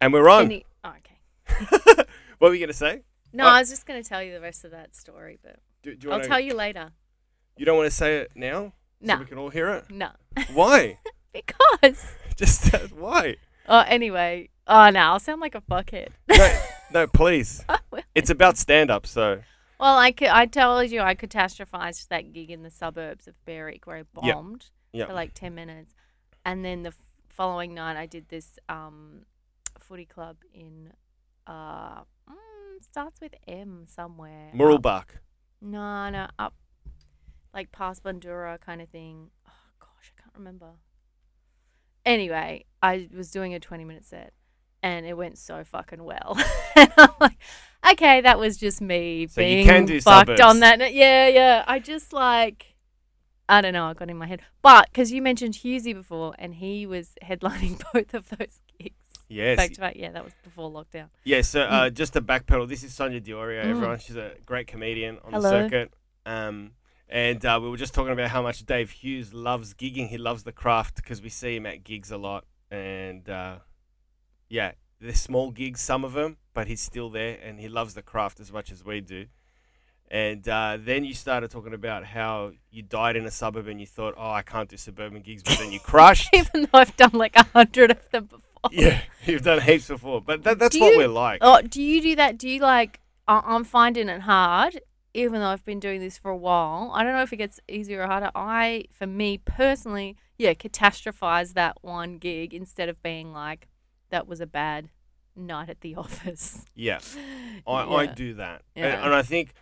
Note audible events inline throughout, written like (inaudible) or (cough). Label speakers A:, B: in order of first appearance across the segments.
A: And we're on.
B: Can you- oh, okay.
A: what were you going to say?
B: No,
A: Oh.
B: I was just going to tell you the rest of that story, but
A: Do, do you
B: I'll
A: wanna- (laughs)
B: tell you later.
A: You don't want to say it now?
B: No,
A: So we can all hear it?
B: no, (laughs)
A: Why? (laughs)
B: because.
A: Just uh,
B: (laughs)
A: why?
B: Oh, anyway. Oh no, I'll sound like a fuckhead.
A: No,
B: (laughs)
A: no, please. It's about stand up, so.
B: well, I could, I told you I catastrophized that gig in the suburbs of Berwick where I
A: Yeah.
B: bombed for
A: Yeah.
B: like ten minutes, and then the f- following night I did this um, footy club in uh, mm, starts with M somewhere. up-
A: Muralbach.
B: No, no, up like past Bandura kind of thing. Oh gosh, I can't remember. Anyway, I was doing a 20 minute set and it went so fucking well. (laughs) and I'm like, okay, that was just me
A: So you
B: being
A: can do
B: fucked
A: suburbs.
B: on that. night. Yeah, yeah. I just like, I don't know, I got in my head. But because you mentioned Husey before and he was headlining (laughs) both of those gigs.
A: Yes.
B: Back to back. Yeah, that was before lockdown. (laughs)
A: Yeah, so uh, just to backpedal, this is Sonia Diorio,
B: Mm.
A: everyone. She's a great comedian on
B: Hello.
A: the circuit. Um, and uh, we were just talking about how much Dave Hughes loves gigging. He loves the craft because we see him at gigs a lot. And uh, yeah, they're small gigs, some of them, but he's still there and he loves the craft as much as we do. And uh, then you started talking about how you died in a suburb and you thought, oh, I can't do suburban gigs, but
B: (laughs)
A: then you crushed.
B: Even though I've done like a hundred of them before.
A: yeah, (laughs) you've done heaps before. But that, that's
B: Do
A: what
B: you-
A: we're like.
B: Oh, do you do that? Do you like? I- I'm finding it hard, even though I've been doing this for a while. I don't know if it gets easier or harder. I, for me personally, yeah, catastrophize that one gig instead of being like, that was a bad night at the (laughs) office.
A: Yeah.
B: (laughs)
A: I, I
B: Yeah.
A: do that. A- And,
B: Yeah.
A: I think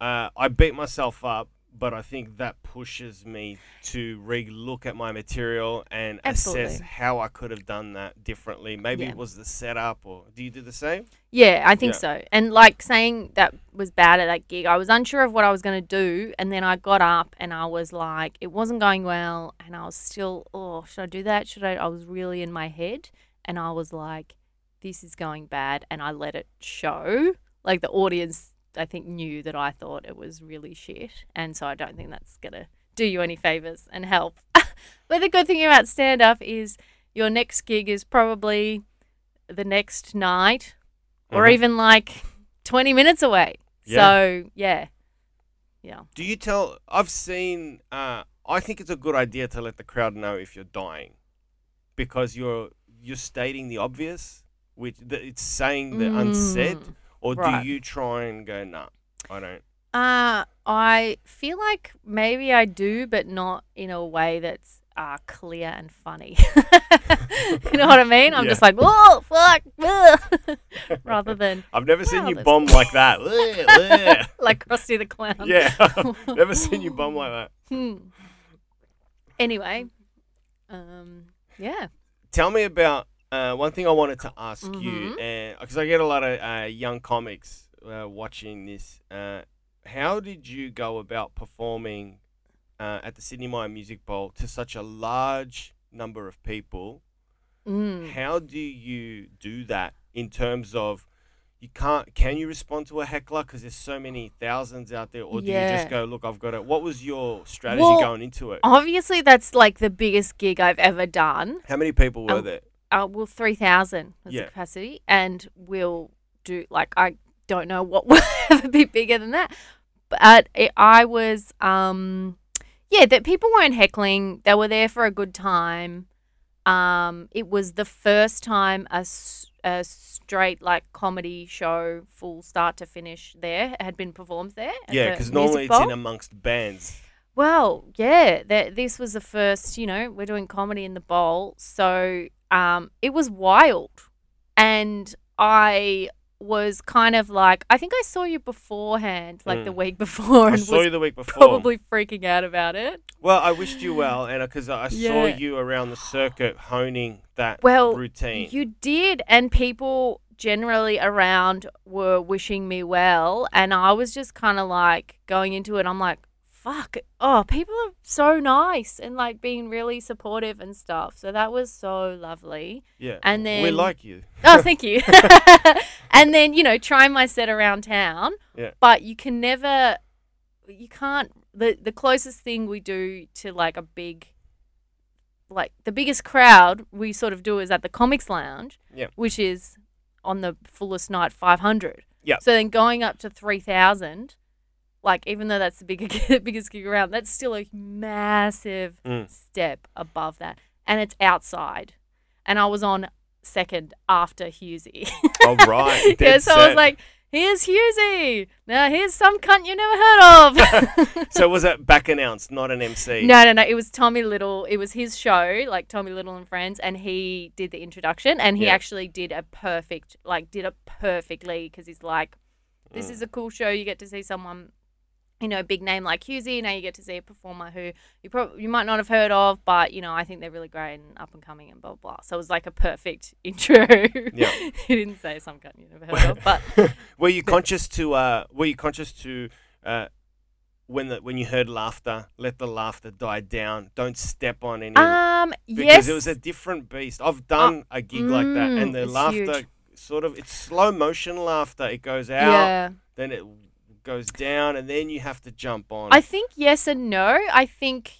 A: uh, I beat myself up, but I think that pushes me to re look at my material and assess
B: Absolutely.
A: how I could have done that differently. Maybe
B: Yeah.
A: it was the setup, or do you do the same?
B: Yeah, I think
A: Yeah.
B: so. And like saying that was bad at that gig, I was unsure of what I was going to do. And then I got up and I was like, it wasn't going well. And I was still, oh, should I do that? Should I? I was really in my head. And I was like, this is going bad. And I let it show. Like the audience, I think, knew that I thought it was really shit. And so I don't think that's going to do you any favors and help. (laughs) but the good thing about stand up is your next gig is probably the next night or
A: Mhm.
B: even like 20 minutes away. So, yeah. Yeah.
A: Do you tell? I've seen. Uh, I think it's a good idea to let the crowd know if you're dying, because you're you're stating the obvious, which the, it's saying the unsaid.
B: Mm,
A: Or
B: right.
A: do you try and go, nah, I don't.
B: Uh, I feel like maybe I do, but not in a way that's uh, clear and funny. (laughs) you know what I mean? I'm
A: Yeah.
B: just like, oh, fuck, ugh," (laughs)
A: (laughs)
B: rather than
A: I've never seen
B: Well,
A: you
B: that's-
A: bomb like that. Bleh, bleh.
B: (laughs) like Krusty the Clown.
A: yeah, (laughs) never seen you bomb like that.
B: (laughs) Hmm. Anyway, um, yeah.
A: Tell me about uh, one thing I wanted to ask you,
B: Mhm.
A: and because I get a lot of uh, young comics uh, watching this. Uh, how did you go about performing uh, at the Sydney Meyer Music Bowl to such a large number of people?
B: Mm.
A: How do you do that in terms of you can't? Can you respond to a heckler because there's so many thousands out there, or do you just
B: Yeah.
A: go, "Look, I've got it"? What was your strategy
B: Well, um,
A: going into it?
B: Obviously, that's like the biggest gig I've ever done.
A: How many people were
B: Oh,
A: there?
B: uh, well, 3,000 was
A: Yeah.
B: the capacity, and we'll do like I don't know what (laughs) will ever be bigger than that. But it, I was, um, yeah, that people weren't heckling. They were there for a good time. Um, it was the first time a, s- a straight like comedy show, full start to finish, there had been performed there. at
A: Yeah,
B: the
A: because
B: Music
A: normally it's
B: Bowl.
A: in amongst bands.
B: Well, yeah, that this was the first, you know, we're doing comedy in the bowl, so um, it was wild, and I was kind of like, I think I saw you beforehand, like the
A: Mm.
B: week (laughs) before,
A: I
B: and
A: saw
B: was
A: you the week before.
B: probably freaking out about it.
A: Well, I wished you well, and because I saw
B: Yeah.
A: you around the circuit honing that
B: Well,
A: routine.
B: You did, and people generally around were wishing me well, and I was just kind of like going into it. I'm like, fuck, oh, people are so nice and like being really supportive and stuff. So that was so lovely.
A: yeah,
B: and
A: we
B: then-
A: like you.
B: Oh, thank
A: (laughs)
B: you. (laughs) and then you know, trying my set around town.
A: Yeah.
B: But you can never, you can't. the The closest thing we do to like a big like the biggest crowd we sort of do is at the Comics Lounge,
A: Yeah.
B: which is on the fullest night 500.
A: Yeah.
B: So then going up to 3,000, like even though that's the biggest (laughs) biggest gig around, that's still a massive
A: Mm.
B: step above that, and it's outside. And I was on second after Husey.
A: All right.
B: (laughs) yeah,
A: dead
B: so I was
A: set.
B: like, here's Husey. Now here's some cunt you never heard of.
A: so was it back announced, not an
B: (laughs)
A: MC?
B: No, no, no. It was Tommy Little. It was his show, like Tommy Little and Friends, and he did the introduction, and he
A: Yeah.
B: actually did a perfect, like, did it perfectly because he's like, this
A: Mm.
B: is a cool show. You get to see someone, you know, big name like Husey. Now you get to see a performer who you probably you might not have heard of, but you know, I think they're really great and up and coming and blah blah. So it was like a perfect (laughs) intro.
A: Yeah.
B: (laughs) he didn't say some kind you never
A: (laughs)
B: heard of, but
A: Were you conscious to uh, Were you conscious to uh, when the when you heard laughter, let the laughter die down. Don't step on any. of it.
B: um,
A: because
B: yes,
A: it was a different beast. I've done a gig like that,
B: mm,
A: and the
B: it's
A: laughter
B: huge.
A: sort of it's slow motion laughter. It goes out,
B: yeah.
A: then it goes down, and then you have to jump on.
B: I think yes and no. I think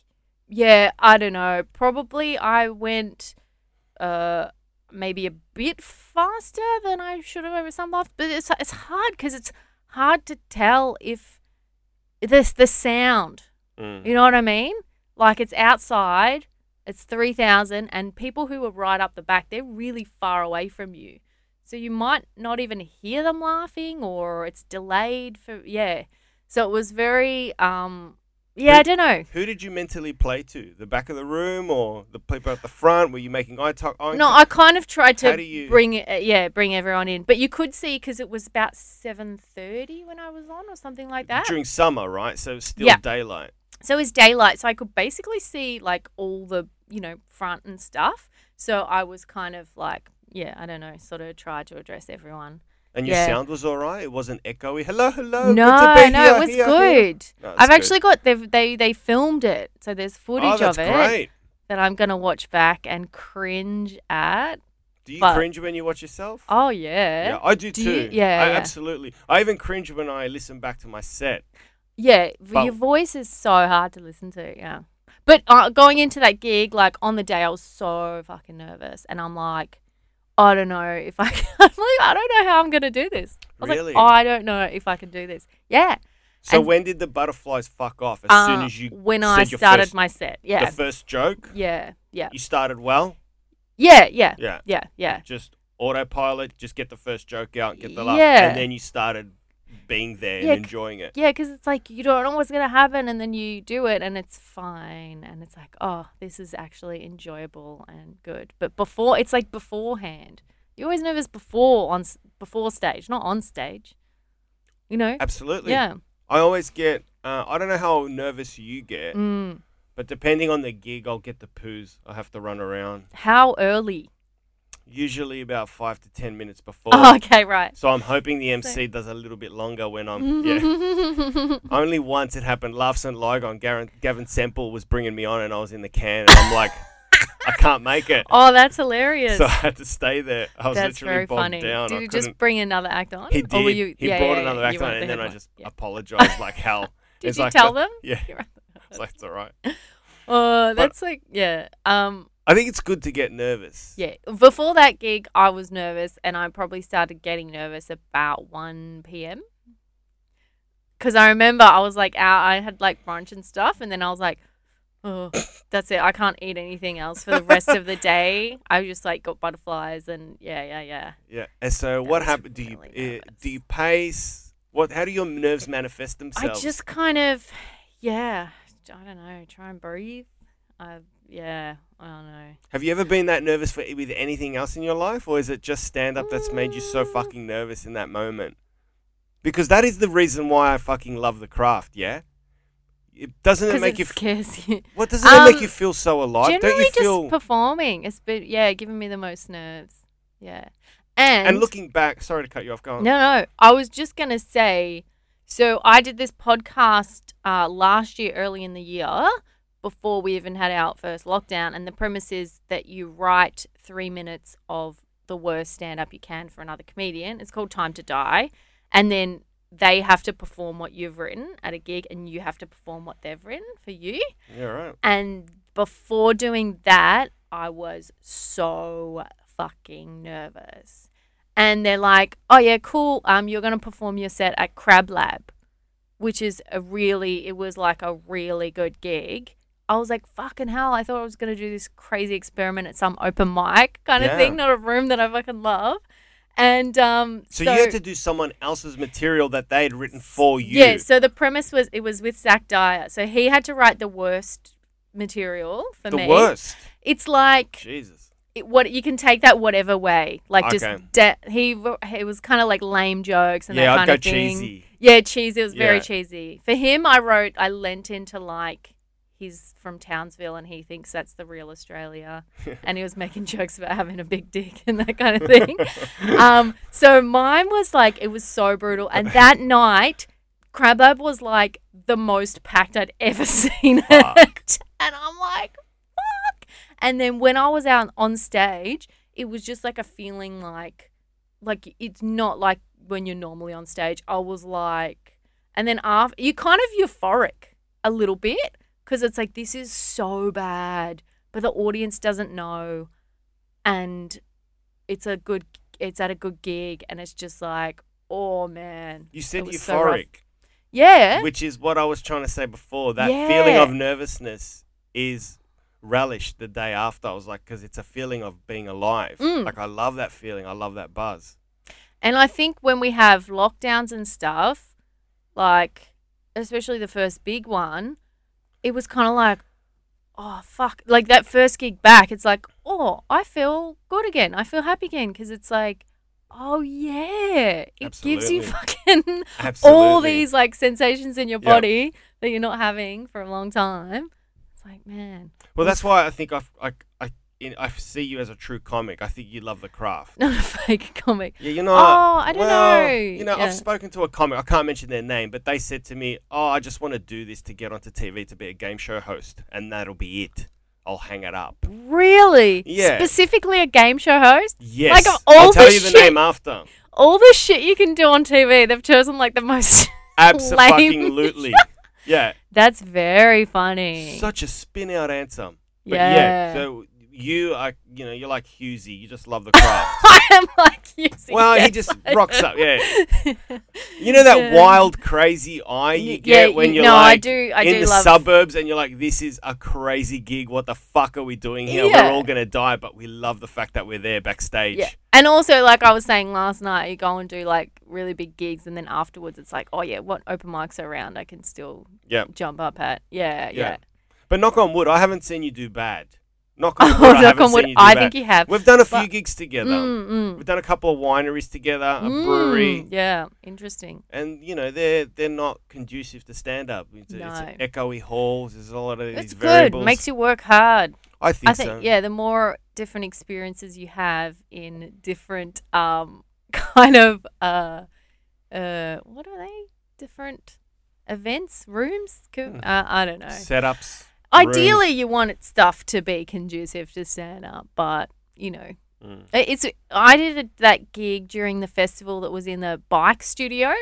B: yeah, I don't know. Probably I went uh maybe a bit faster than I should have over some laughs, but it's it's hard cuz it's hard to tell if this the sound.
A: Mm.
B: You know what I mean? Like it's outside, it's 3000 and people who are right up the back, they're really far away from you. So you might not even hear them laughing or it's delayed for yeah. So it was very um yeah, I
A: Who-
B: don't know.
A: Who did you mentally play to? The back of the room or the people at the front? Were you making eye talk? Eye
B: No, I kind of tried
A: How
B: to
A: do you-
B: bring uh, yeah, bring everyone in. But you could see cuz it was about 7:30 when I was on or something like that.
A: during summer, right? So it's still
B: Yeah.
A: daylight.
B: So it was daylight, so I could basically see like all the, you know, front and stuff. So I was kind of like, yeah, I don't know, sort of tried to address everyone.
A: And your
B: Yeah.
A: sound was all right. It wasn't echoey. Hello, hello.
B: no,
A: Oh, good to be
B: no,
A: here,
B: it was
A: here, here."
B: good.
A: No, it's
B: I've
A: good.
B: actually got they've, they they filmed it, so there's footage
A: oh, that's
B: of it
A: great.
B: that I'm gonna watch back and cringe at.
A: Do you
B: but-
A: cringe when you watch yourself?
B: Oh yeah,
A: yeah, I do,
B: Do
A: too.
B: you- yeah,
A: I,
B: yeah.
A: absolutely. I even cringe when I listen back to my set.
B: Yeah, v-
A: But-
B: your voice is so hard to listen to. Yeah. But uh, going into that gig, like on the day, I was so fucking nervous. And I'm like, I don't know if I can. (laughs) I'm like, I don't know how I'm going to do this. I was
A: Really?
B: like, I don't know if I can do this. Yeah.
A: So
B: And-
A: when did the butterflies fuck off? As soon
B: Uh,
A: as you
B: when
A: said
B: I
A: your
B: started
A: first,
B: my set. Yeah.
A: the first joke,
B: yeah. Yeah.
A: you started well.
B: Yeah. Yeah.
A: Yeah.
B: Yeah. Yeah.
A: Just autopilot. Just get the first joke out. Get the laugh,
B: Yeah.
A: and then you started being there
B: Yeah, c-
A: and enjoying it.
B: Yeah, because it's like you don't know what's gonna happen, and then you do it, and it's fine, and it's like, oh, this is actually enjoyable and good. But before, it's like beforehand. You're always nervous before on s- before stage, not on stage. You know?
A: Absolutely.
B: Yeah.
A: I always get. Uh, I don't know how nervous you get,
B: Mm.
A: but depending on the gig, I'll get the poos. I have to run around.
B: How early?
A: Usually about five to ten minutes before.
B: Oh, (laughs) okay, right.
A: So I'm hoping the MC does a little bit longer when I'm.
B: Mm-hmm.
A: Yeah.
B: Yeah.
A: Only once it happened. Laughs and Ligon. Garen, Gavin Semple was bringing me on, and I was in the can, and I'm like,
B: (laughs)
A: I can't make it.
B: (laughs) oh, that's hilarious.
A: So (laughs) I had to stay there. I was
B: that's
A: literally
B: very
A: bogged
B: funny.
A: down.
B: Did
A: I
B: you
A: couldn't-
B: just bring another act on?
A: He did.
B: Or were you,
A: he
B: yeah,
A: brought
B: yeah,
A: another
B: yeah,
A: act
B: you
A: on, and
B: weren't the
A: then I
B: headline.
A: just
B: Yeah.
A: apologized like hell.
B: (laughs) Did
A: It's
B: you
A: like
B: tell
A: the-
B: them?
A: Yeah,
B: You're right.
A: it's like it's all right.
B: Oh,
A: But-
B: that's like yeah. Um,
A: I think it's good to get nervous.
B: Yeah. Before that gig, I was nervous and I probably started getting nervous about 1 p.m. Because I remember I was like out, I had like brunch and stuff, and then I was like, oh, that's it. I can't eat anything else for the rest of the day. I just like got butterflies and yeah, yeah, yeah.
A: Yeah. And so what
B: was
A: happened? Do you
B: really
A: uh,
B: nervous.
A: do you pace? What? How do your nerves manifest
B: I
A: themselves?
B: just kind of, yeah, I don't know, try and breathe. I, yeah, I don't know.
A: Have you ever been that nervous for with anything else in your life, or is it just stand up that's made you so
B: Mm.
A: fucking nervous in that moment? Because that is the reason why I fucking love the craft. Yeah. It doesn't it
B: Because
A: make
B: it
A: you? F-
B: scares (laughs) you.
A: what doesn't it make
B: Um,
A: you feel so alive? Don't
B: Generally,
A: you feel?
B: just performing. It's been yeah, giving me the most nerves. Yeah, and,
A: and looking back, sorry to cut you off. Go on.
B: no, no, I was just gonna say. So I did this podcast uh, last year, early in the year, before we even had our first lockdown, and the premise is that you write three minutes of the worst stand-up you can for another comedian. It's called Time to Die, and then they have to perform what you've written at a gig, and you have to perform what they've written for you
A: Yeah, right.
B: and before doing that, I was so fucking nervous. And they're like, "Oh yeah, cool. Um, you're gonna perform your set at Crab Lab, which is a really, it was like a really good gig." I was like, "Fucking hell!" I thought I was gonna do this crazy experiment at some open mic kind
A: Yeah.
B: of thing, not a room that I fucking love. And um,
A: So, you had to do someone else's material that they had written for you.
B: yeah, so the premise was it was with Zach Dyer. So he had to write the worst material for
A: the
B: me.
A: worst.
B: It's like
A: Jesus.
B: it, what you can take that whatever way. Like
A: Okay.
B: just de- he wr- it was kind of like lame jokes and
A: Yeah,
B: that
A: I'd
B: kind
A: go
B: of thing.
A: cheesy.
B: Yeah, cheesy. It was very
A: Yeah.
B: cheesy. For him, I wrote I lent into like he's from Townsville and he thinks that's the real Australia, and he was making jokes about having a big dick and that kind of thing. um, so mine was like it was so brutal, and that night. Crab Lab was like the most packed I'd ever (laughs) seen it. And I'm like, fuck. And then when I was out on stage, it was just like a feeling like, like it's not like when you're normally on stage. I was like, and then after, you're kind of euphoric a little bit because it's like, this is so bad, but the audience doesn't know. And it's a good, it's at a good gig. And it's just like, oh man.
A: You said
B: It was so rough.
A: euphoric,
B: Yeah.
A: which is what I was trying to say before. That
B: Yeah.
A: feeling of nervousness is relished the day after. I was like, because it's a feeling of being alive.
B: Mm.
A: Like, I love that feeling. I love that buzz.
B: And I think when we have lockdowns and stuff, like especially the first big one, it was kind of like, oh fuck, like that first gig back. It's like, oh, I feel good again. I feel happy again because it's like, oh yeah, it gives you
A: Absolutely.
B: fucking (laughs)
A: Absolutely.
B: all these like sensations in your
A: Yep.
B: body that you're not having for a long time. It's like, man, (laughs)
A: Well, that's why I think I've, I, I, in, I see you as a true comic. I think you love the craft.
B: not a fake comic.
A: Yeah, you're not.
B: Oh, I don't
A: well,
B: know.
A: You know,
B: Yeah.
A: I've spoken to a comic. I can't mention their name, but they said to me, "Oh, I just want to do this to get onto TV to be a game show host, and that'll be it. I'll hang it up."
B: Really?
A: Yeah.
B: Specifically, a game show host.
A: Yes.
B: Like, all
A: I'll tell
B: the
A: you the
B: shit-
A: name after.
B: all the shit you can do on TV, they've chosen like the most. (laughs)
A: Absolutely. (laughs) yeah.
B: That's very funny.
A: Such a spin out answer. But yeah.
B: yeah.
A: So you are, you know, you're like Husey. You just love the
B: (laughs)
A: craft.
B: (laughs) I am like using.
A: well, he
B: yes,
A: just
B: I
A: rocks
B: do.
A: up. Yeah.
B: (laughs)
A: You know that
B: Yeah.
A: wild, crazy eye you
B: Y-
A: get
B: yeah,
A: when
B: you-
A: you're
B: no, I
A: like
B: do- I
A: in
B: do
A: the
B: love-
A: suburbs and you're like, this is a crazy gig. What the fuck are we doing here?
B: Yeah.
A: We're all going to die, but we love the fact that we're there backstage.
B: Yeah. And also, like I was saying last night, you go and do like really big gigs, and then afterwards, it's like, oh yeah, what open mics are around, I can still
A: Yeah.
B: jump up at. Yeah,
A: Yeah.
B: yeah.
A: But knock on wood, I haven't seen you do bad. Knock on wood,
B: (laughs) Oh,
A: I
B: knock
A: haven't
B: on wood,
A: seen you do
B: I
A: bad.
B: think you have.
A: We've done a few
B: But-
A: gigs together.
B: Mm, mm,
A: We've done a couple of wineries together, a
B: mm.
A: brewery,
B: Yeah, interesting.
A: and you know they're they're not conducive to stand up. It's, it's
B: No.
A: echoey halls. There's a lot of
B: It's
A: these
B: good.
A: variables.
B: Makes you work hard.
A: I think,
B: I think
A: so.
B: yeah, the more different experiences you have in different um (laughs) kind of uh uh what are they? Different events, rooms? Co-
A: Hmm.
B: Uh, I don't know.
A: Setups.
B: Ideally, you want it- stuff to be conducive to stand up, but you know,
A: Mm.
B: I- it's. I did a, that gig during the festival that was in the bike studio,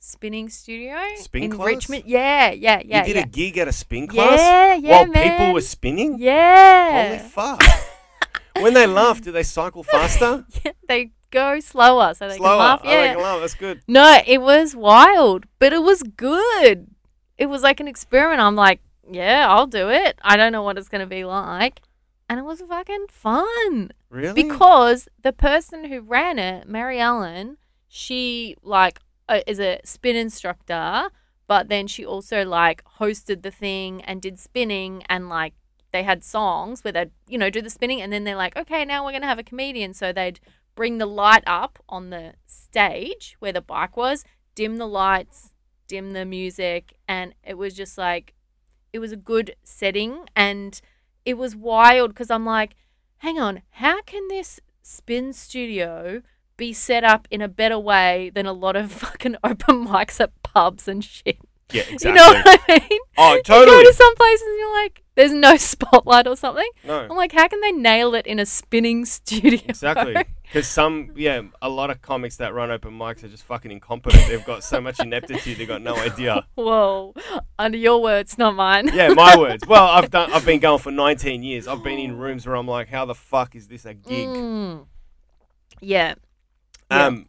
B: spinning studio
A: Spin
B: in
A: class?
B: Richmond. Yeah, yeah, yeah.
A: you did
B: yeah.
A: a gig at a spin class
B: yeah, yeah,
A: while
B: man.
A: people were spinning.
B: yeah. (laughs)
A: Holy fuck! when they laugh, do they cycle faster?
B: yeah, (laughs) they go slower so they
A: Slower.
B: can laugh.
A: Oh, they
B: Yeah.
A: can laugh. That's good.
B: No, it was wild, but it was good. It was like an experiment. I'm like, yeah, I'll do it. I don't know what it's going to be like. And it was fucking fun
A: Really?
B: because the person who ran it, Mary Ellen, she like uh, is a spin instructor, but then she also like hosted the thing and did spinning and like they had songs where they'd you know do the spinning and then they're like okay now we're gonna have a comedian so they'd bring the light up on the stage where the bike was, dim the lights, dim the music, and it was just like it was a good setting and it was wild because I'm like, hang on, how can this spin studio be set up in a better way than a lot of (laughs) fucking open mics at pubs and shit?
A: yeah, exactly.
B: (laughs) You know what I mean?
A: oh,
B: (laughs) You go
A: totally.
B: to some places and you're like, There's no (laughs) spotlight or something. I'm
A: No,
B: like, how can they nail it in a spinning (laughs) studio?
A: exactly. Because some, yeah, a lot of comics that run open mics are just fucking incompetent. They've got so much ineptitude, they've got no idea.
B: (laughs) Whoa. Under your words, not mine.
A: Yeah, my words. Well, I've done. I've been going for 19 years. I've been in rooms where I'm like, how the fuck is this a gig?
B: Mm. Yeah. (laughs) yeah.
A: Um,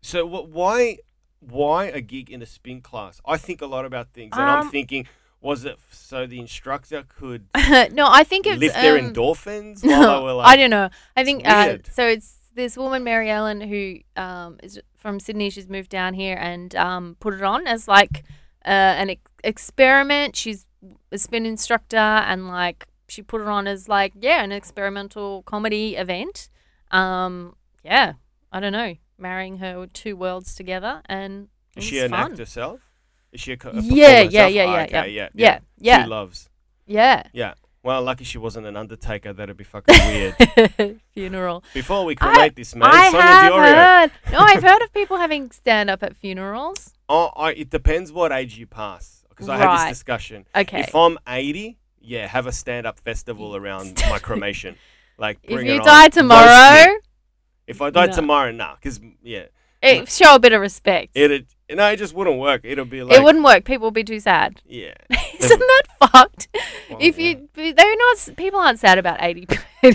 A: so wh- why why a gig in a spin class? I think a lot about things, and I'm
B: Um,
A: thinking, was it f- so the instructor could
B: no, I think it's
A: lift their
B: um, (laughs)
A: endorphins while they were like,
B: I don't know. I think uh,
A: weird.
B: so. It's this woman Mary Ellen who um, is from Sydney. She's moved down here and um, put it on as like uh, an ex- experiment. She's a spin instructor and like she put it on as like yeah an experimental comedy event. Um, yeah, I don't know, marrying her two worlds together and
A: Is
B: it was
A: she an
B: fun.
A: act herself? Is she a, co- a
B: Yeah,
A: performer
B: yeah,
A: herself?
B: yeah,
A: Ah,
B: yeah,
A: okay,
B: yeah.
A: yeah,
B: Yeah, yeah,
A: She loves.
B: yeah.
A: Well, lucky she wasn't an undertaker. That'd be
B: (laughs)
A: fucking weird.
B: Funeral.
A: Before we
B: I-
A: cremate this man,
B: I
A: Sonia
B: have
A: Diorio.
B: heard.
A: (laughs)
B: No, I've heard of people having stand up at funerals.
A: Oh, I, it depends what age you pass. Because I had
B: Right.
A: this discussion.
B: Okay.
A: If I'm 80, yeah, have a stand-up
B: (laughs)
A: festival around my cremation. Like,
B: if
A: bring
B: you
A: it
B: die
A: on. Roast me.
B: tomorrow,
A: if I die
B: No.
A: tomorrow, nah. Because yeah,
B: it, show a bit of respect. It,
A: it'd no, it just wouldn't work. It'd be like,
B: wouldn't work. People would be too sad. (laughs)
A: yeah,
B: Isn't that fucked?
A: Well,
B: if you, they're not. s- People aren't sad about (laughs) 80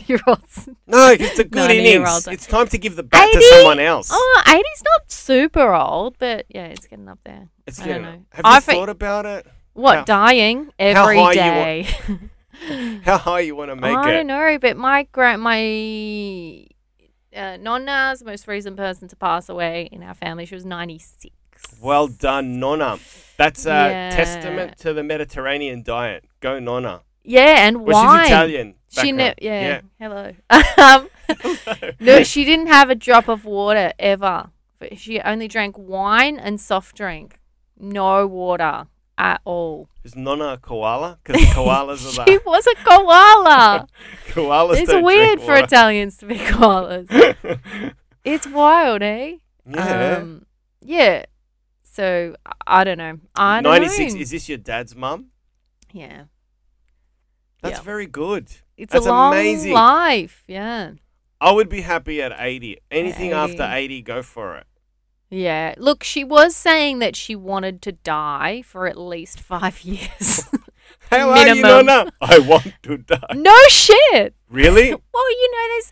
B: year olds.
A: (laughs) no, it's a good
B: 90 year
A: innings.
B: olds are-
A: It's time to give the bat to
B: 80?
A: someone else.
B: Oh, 80's not super old, but yeah, it's getting up there.
A: it's
B: I don't
A: getting.
B: know.
A: Have
B: I
A: you
B: think-
A: thought about it?
B: What
A: How-
B: dying every
A: high you
B: day?
A: How high you want to make
B: I
A: it?
B: don't know, but my grand, my uh, nonna's most recent person to pass away in our family, she was 96.
A: Well done, Nonna. That's a
B: Yeah.
A: testament to the Mediterranean diet. Go Nonna.
B: Yeah, and
A: Well,
B: wine.
A: she's Italian.
B: She
A: background.
B: ne- yeah, Hello. (laughs) um,
A: Yeah.
B: (laughs)
A: (laughs)
B: no, she didn't have a drop of water ever. But she only drank wine and soft drink, no water at all.
A: Is Nonna a koala? Because koalas are
B: (laughs) She (laughs)
A: the
B: was a
A: (laughs)
B: koala.
A: koalas.
B: it's
A: don't
B: weird
A: drink
B: for
A: water.
B: Italians to be koalas. it's wild, eh?
A: (laughs) yeah.
B: Um, yeah. So I I don't know. I don't
A: 96.
B: know.
A: Is this your dad's mum?
B: yeah.
A: That's
B: Yeah.
A: very good.
B: It's
A: That's
B: a long
A: amazing.
B: life. Yeah.
A: I would be happy at 80. Anything after
B: 80.
A: 80, go for it.
B: Yeah. Look, she was saying that she wanted to die for at least five (laughs) years.
A: How are you,
B: Minimum.
A: Nonna? I want to die.
B: (laughs) no shit.
A: Really?
B: (laughs) Well, you know, there's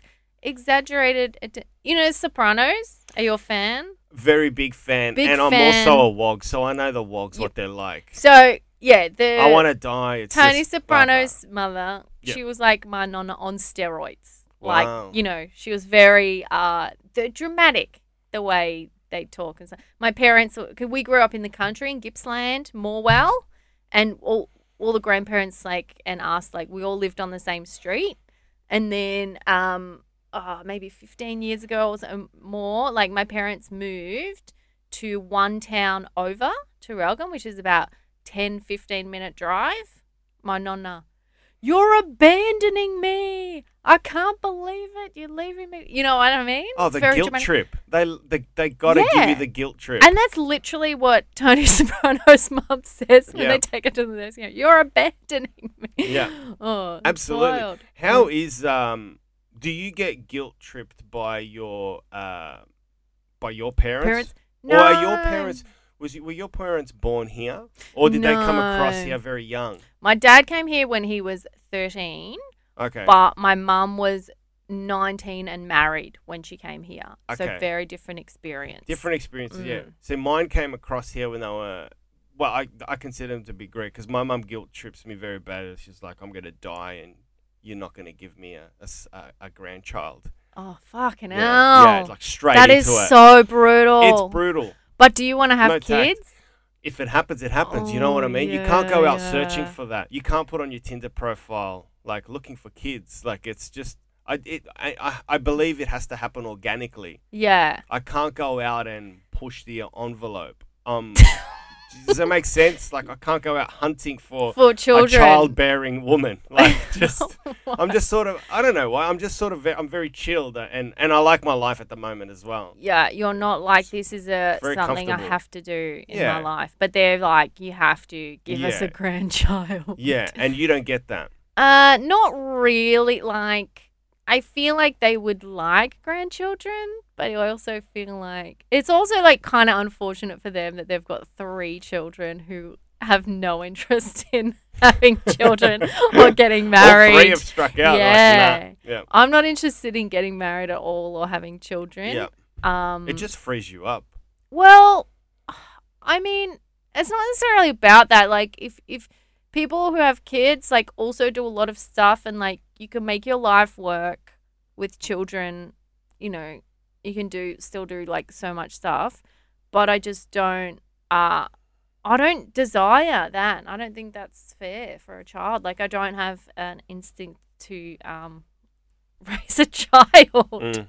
B: exaggerated. att- You know, Sopranos. Are you a fan?
A: Very big fan.
B: Big
A: and I'm
B: fan.
A: also a wog, so I know the wogs,
B: Yep.
A: what they're like.
B: So yeah, the
A: I want to die. It's
B: Tony
A: just-
B: Soprano's mother.
A: Yeah.
B: She was like my nonna on steroids.
A: Wow.
B: Like you know, she was very uh, the dramatic the way they talk and stuff. My parents, were- 'cause we grew up in the country in Gippsland, Morwell, and all all the grandparents like and us like we all lived on the same street, and then um, uh, maybe fifteen years ago or so, more, like my parents moved to one town over to Relgan, which is about 10, 15 minute drive. My nonna, you're abandoning me. I can't believe it. You're leaving me. You know what I mean?
A: Oh,
B: It's
A: the
B: very
A: guilt
B: dramatic.
A: trip. They they, they got to give
B: Yeah.
A: you the guilt trip.
B: And that's literally what Tony (laughs) Soprano's mom says when
A: Yeah.
B: they take her to the nursing home. You're abandoning me.
A: Yeah.
B: (laughs) Oh, it's
A: Absolutely.
B: wild.
A: How is um? Do you get guilt tripped by your uh, by your parents?
B: Parents.
A: Or are your
B: No.
A: parents? Was you, were your parents born here, or did they come across
B: No.
A: here very young?
B: My dad came here when he was 13.
A: Okay.
B: But my mum was 19 and married when she came here.
A: Okay.
B: So very different experience.
A: Different experiences, yeah.
B: Mm.
A: So mine came across here when they were. Well, I, I consider them to be great because my mum guilt trips me very bad. She's like, I'm going to die and you're not going to give me a, a s- a- a grandchild.
B: Oh, fucking
A: Yeah.
B: hell.
A: Yeah, like straight
B: that
A: into
B: is
A: it.
B: so brutal.
A: It's brutal.
B: But do you want to have
A: No tact.
B: kids?
A: If it happens, it happens. you know what I
B: Oh,
A: mean? you can't go
B: yeah,
A: out searching
B: yeah.
A: for that. You can't put on your Tinder profile like looking for kids. Like it's just. I, it, I, I- I believe it has to happen organically.
B: Yeah. (laughs)
A: I can't go out and push the envelope. Um, does that make sense? Like, I can't go out hunting for
B: for
A: a
B: children.
A: childbearing
B: (laughs)
A: woman. Like, just I'm just sort of I don't know why I'm just sort of ve- I'm very chilled uh, and and I like my life at the moment as well.
B: yeah, you're not like this is a
A: Very
B: something I
A: comfortable.
B: have to do in
A: Yeah.
B: my life. But they're like, you have to give us a
A: Yeah.
B: grandchild.
A: Yeah, and you don't get that.
B: Uh, not really. Like, I feel like they would like grandchildren, but I also feel like it's also like kind of unfortunate for them that they've got three children who have no (laughs) interest in having
A: (laughs)
B: children or getting married.
A: All three have struck out. like, nah.
B: Yeah.
A: yeah.
B: I'm not interested in getting married at all or having children.
A: Yeah.
B: Um,
A: It just frees you up.
B: well, I mean, it's not necessarily about that. Like, if if people who have kids like also do a lot of stuff, and like you can make your life work with children, you know, you can do still do like so much stuff. But I just don't. Uh, I don't desire that. I don't think that's fair for a child. Like, I don't have an instinct to um, (laughs) raise a child.
A: Mm.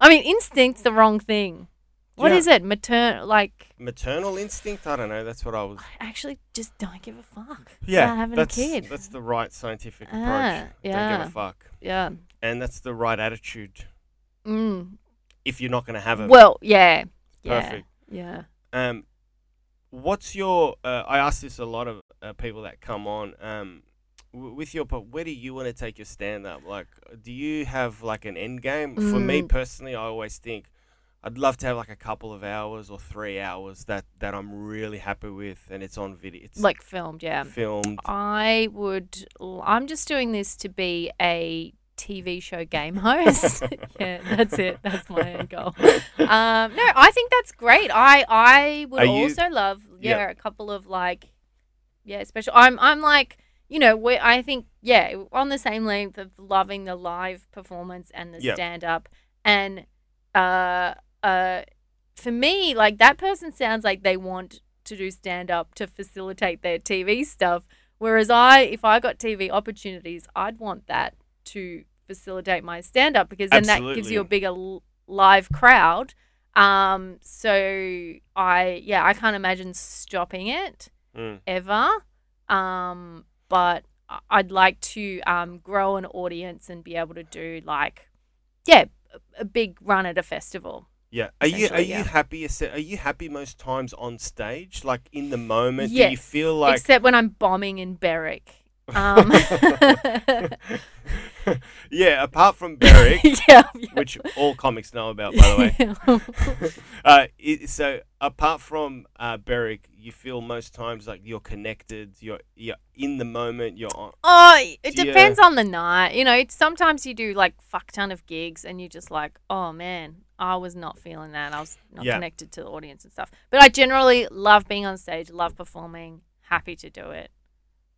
B: I mean, instinct's the wrong thing. What
A: Yeah.
B: is it? Maternal, like,
A: Maternal instinct? I don't know. That's what I was.
B: I actually just don't give a fuck.
A: Yeah,
B: about having
A: that's,
B: a kid.
A: That's the right scientific approach.
B: Ah,
A: Don't give
B: yeah.
A: a fuck.
B: yeah.
A: And that's the right attitude.
B: Mm.
A: If you're not going to have it,
B: Well, yeah. Yeah.
A: perfect.
B: Yeah.
A: Um, what's your? Uh, I ask this a lot of uh, people that come on. Um, w- with your, but where do you want to take your stand up? Like, do you have like an end game? For me
B: Mm.
A: personally, I always think I'd love to have like a couple of hours or three hours that that I'm really happy with, and it's on video. It's
B: Like um, filmed. Yeah. (laughs)
A: filmed.
B: I would. l- I'm just doing this to be a TV show game (laughs) host. yeah, that's it. That's my end goal. Um, no, I think that's great. I I would
A: Are you-
B: also love
A: Yeah.
B: yeah, a couple of like yeah special. I'm I'm like you know we I think yeah on the same length of loving the live performance and the
A: Yeah.
B: stand up and uh uh for me like that person sounds like they want to do stand up to facilitate their TV stuff. Whereas I, if I got TV opportunities, I'd want that to facilitate my stand up because then that gives
A: Absolutely.
B: you a bigger l- live crowd. Um, so I, yeah, I can't imagine stopping it
A: Mm.
B: ever. Um, but I- I'd like to um, grow an audience and be able to do like, yeah, a- a big run at a festival.
A: (laughs) Yeah. Are you are
B: Essentially,
A: you
B: yeah.
A: happy? Are you happy most times on stage? Like in the moment? Do you
B: Yes,
A: feel like
B: Except when I'm bombing in Berwick.
A: (laughs)
B: Um, (laughs)
A: (laughs) yeah, apart from Beric,
B: (laughs) yeah, yeah.
A: which all comics know about, by the way.
B: (laughs)
A: Uh, i so apart from uh, Beric, you feel most times like you're connected. You're you're in the moment. You're on.
B: oh, it- it
A: Yeah.
B: depends on the night. You know, it's, sometimes you do like fuck ton of gigs and you're just like, oh man, I was not feeling that. I was not
A: Yeah.
B: connected to the audience and stuff. But I generally love being on stage, love performing, happy to do it.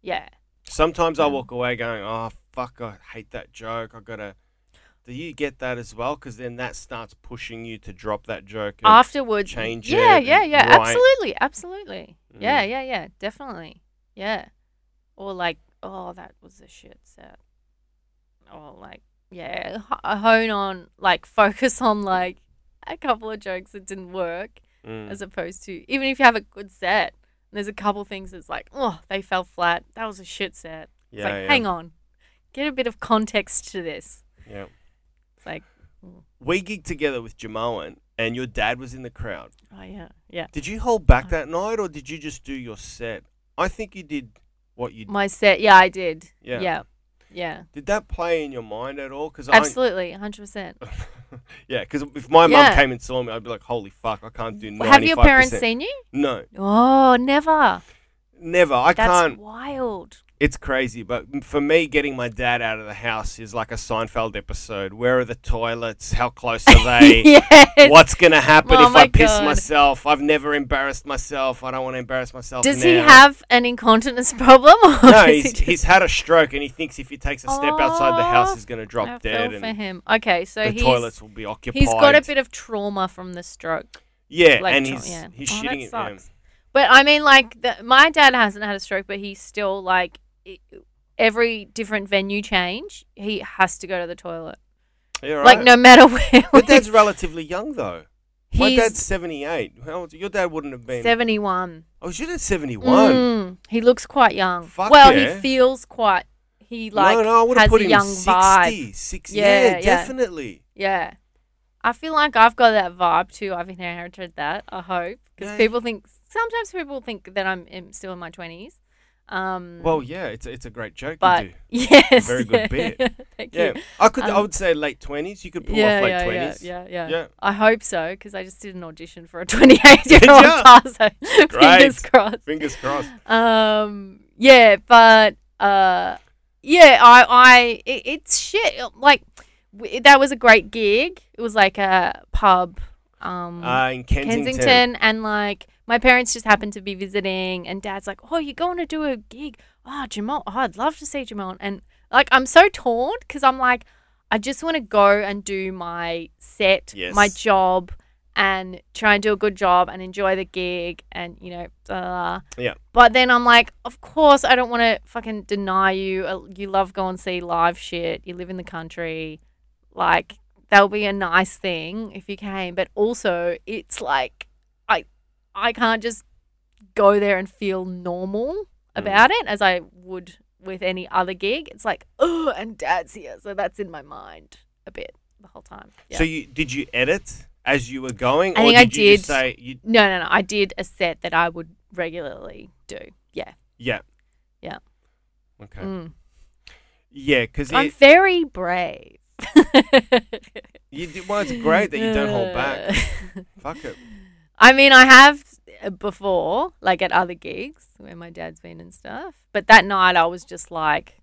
B: Yeah.
A: Sometimes I
B: Yeah.
A: walk away going, "Oh fuck, I hate that joke. I gotta." Do you get that as well? Because then that starts pushing you to drop that joke. and-
B: Afterwards,
A: change
B: yeah,
A: it
B: yeah,
A: and
B: yeah,
A: write.
B: absolutely, absolutely, yeah,
A: Mm.
B: yeah, yeah, definitely, yeah. Or like, oh, that was a shit set. Or like, yeah, h- uh, hone on, like, (laughs) focus on like a couple of jokes that didn't work,
A: Mm.
B: as opposed to even if you have a good set, there's a couple things that's like, oh, they fell flat. That was a shit set. It's
A: Yeah,
B: like,
A: yeah.
B: hang on, get a bit of context to this.
A: Yeah.
B: It's like, "Mm."
A: We gigged together with Jamoan, and your dad was in the crowd.
B: oh yeah, yeah.
A: Did you hold back that night, or did you just do your set? I think you did what you
B: My set, yeah, I did.
A: Yeah.
B: yeah, yeah.
A: did. That play in your mind at all? Because
B: Absolutely,
A: (laughs)
B: 100%.
A: yeah, because if my mum
B: Yeah.
A: came and saw me, I'd be like, "Holy fuck, I can't do." 95%.
B: Have your parents seen you?
A: No,
B: Oh, never.
A: never. I
B: That's
A: can't.
B: wild.
A: It's crazy, but m- for me, getting my dad out of the house is like a Seinfeld episode. Where are the toilets? How close are they?
B: (laughs) yes.
A: What's gonna happen
B: Oh
A: if
B: my
A: I piss
B: God.
A: myself? I've never embarrassed myself. I don't want to embarrass myself.
B: Does
A: now.
B: he have an incontinence problem? Or
A: No,
B: is he
A: he's,
B: just-
A: he's had a stroke, and he thinks if he takes a step outside the house,
B: Oh,
A: he's gonna drop
B: I
A: dead,
B: feel for
A: and
B: him. Okay, so
A: the
B: he's,
A: toilets will be occupied.
B: he's got a bit of trauma from the stroke.
A: yeah,
B: like,
A: and
B: tra-
A: he's
B: yeah.
A: he's
B: Oh, that
A: shitting it. yeah.
B: sucks. But I mean, like, the, my dad hasn't had a stroke, but he's still like, i- every different venue change, he has to go to the toilet.
A: Yeah,
B: Like,
A: right.
B: no (laughs) matter where.
A: But
B: we-
A: dad's relatively young though. My dad's
B: He's
A: 78. How old? Your dad wouldn't have been.
B: 71.
A: Oh, your dad's 71.
B: Mm, he looks quite young.
A: Fuck
B: well,
A: yeah.
B: he feels quite. He like
A: no, no, I would
B: has
A: have put
B: a
A: him
B: young
A: 60.
B: vibe.
A: 60.
B: Yeah,
A: Yeah,
B: yeah.
A: definitely.
B: Yeah. I feel like I've got that vibe too. I've inherited that. I hope because
A: Yeah.
B: people think sometimes people think that I'm, am still in my twenties. Um,
A: Well, yeah, it's, it's a great joke
B: but
A: you do.
B: (laughs) yes,
A: Very good
B: yeah. (laughs) Thank
A: Yeah,
B: you.
A: I could. I
B: Um,
A: would say late 20s. You could pull
B: Yeah,
A: off late
B: yeah,
A: 20s.
B: yeah, yeah, yeah,
A: Yeah.
B: I hope so because I just did an audition for a (laughs) 28 year
A: Did
B: old
A: ya?
B: passer. Fingers
A: Great.
B: crossed.
A: Fingers crossed.
B: Um, yeah, but uh, yeah, I, I, it, it's shit. Like w- that was a great gig. It was like a pub. (laughs) Um,
A: Uh, in Kensington.
B: Kensington, and like my parents just happened to be visiting, and Dad's like, "Oh, you're going to do a gig? Oh, Jamal, oh, I'd love to see Jamal." And like, I'm so torn because I'm like, I just want to go and do my set,
A: Yes.
B: my job, and try and do a good job and enjoy the gig, and you know, blah, blah, blah.
A: Yeah.
B: But then I'm like, of course, I don't want to fucking deny you. Uh, You love go and see live shit. You live in the country, like that would be a nice thing if you came but also it's like i i can't just go there and feel normal
A: Mm.
B: about it as i would with any other gig it's like oh and dad's here so that's in my mind a bit the whole time yeah.
A: So you did you edit as you were going,
B: I
A: or
B: think
A: did
B: I
A: you just
B: did.
A: say you?
B: no no no i did a set that i would regularly do yeah
A: Yeah.
B: Yeah.
A: Okay.
B: Mm.
A: Yeah, because
B: i'm very brave
A: you did, well, it's great that you don't hold
B: (laughs)
A: back. Fuck it.
B: I mean, I have uh, before, like at other gigs where my dad's been and stuff. But that night, I was just like,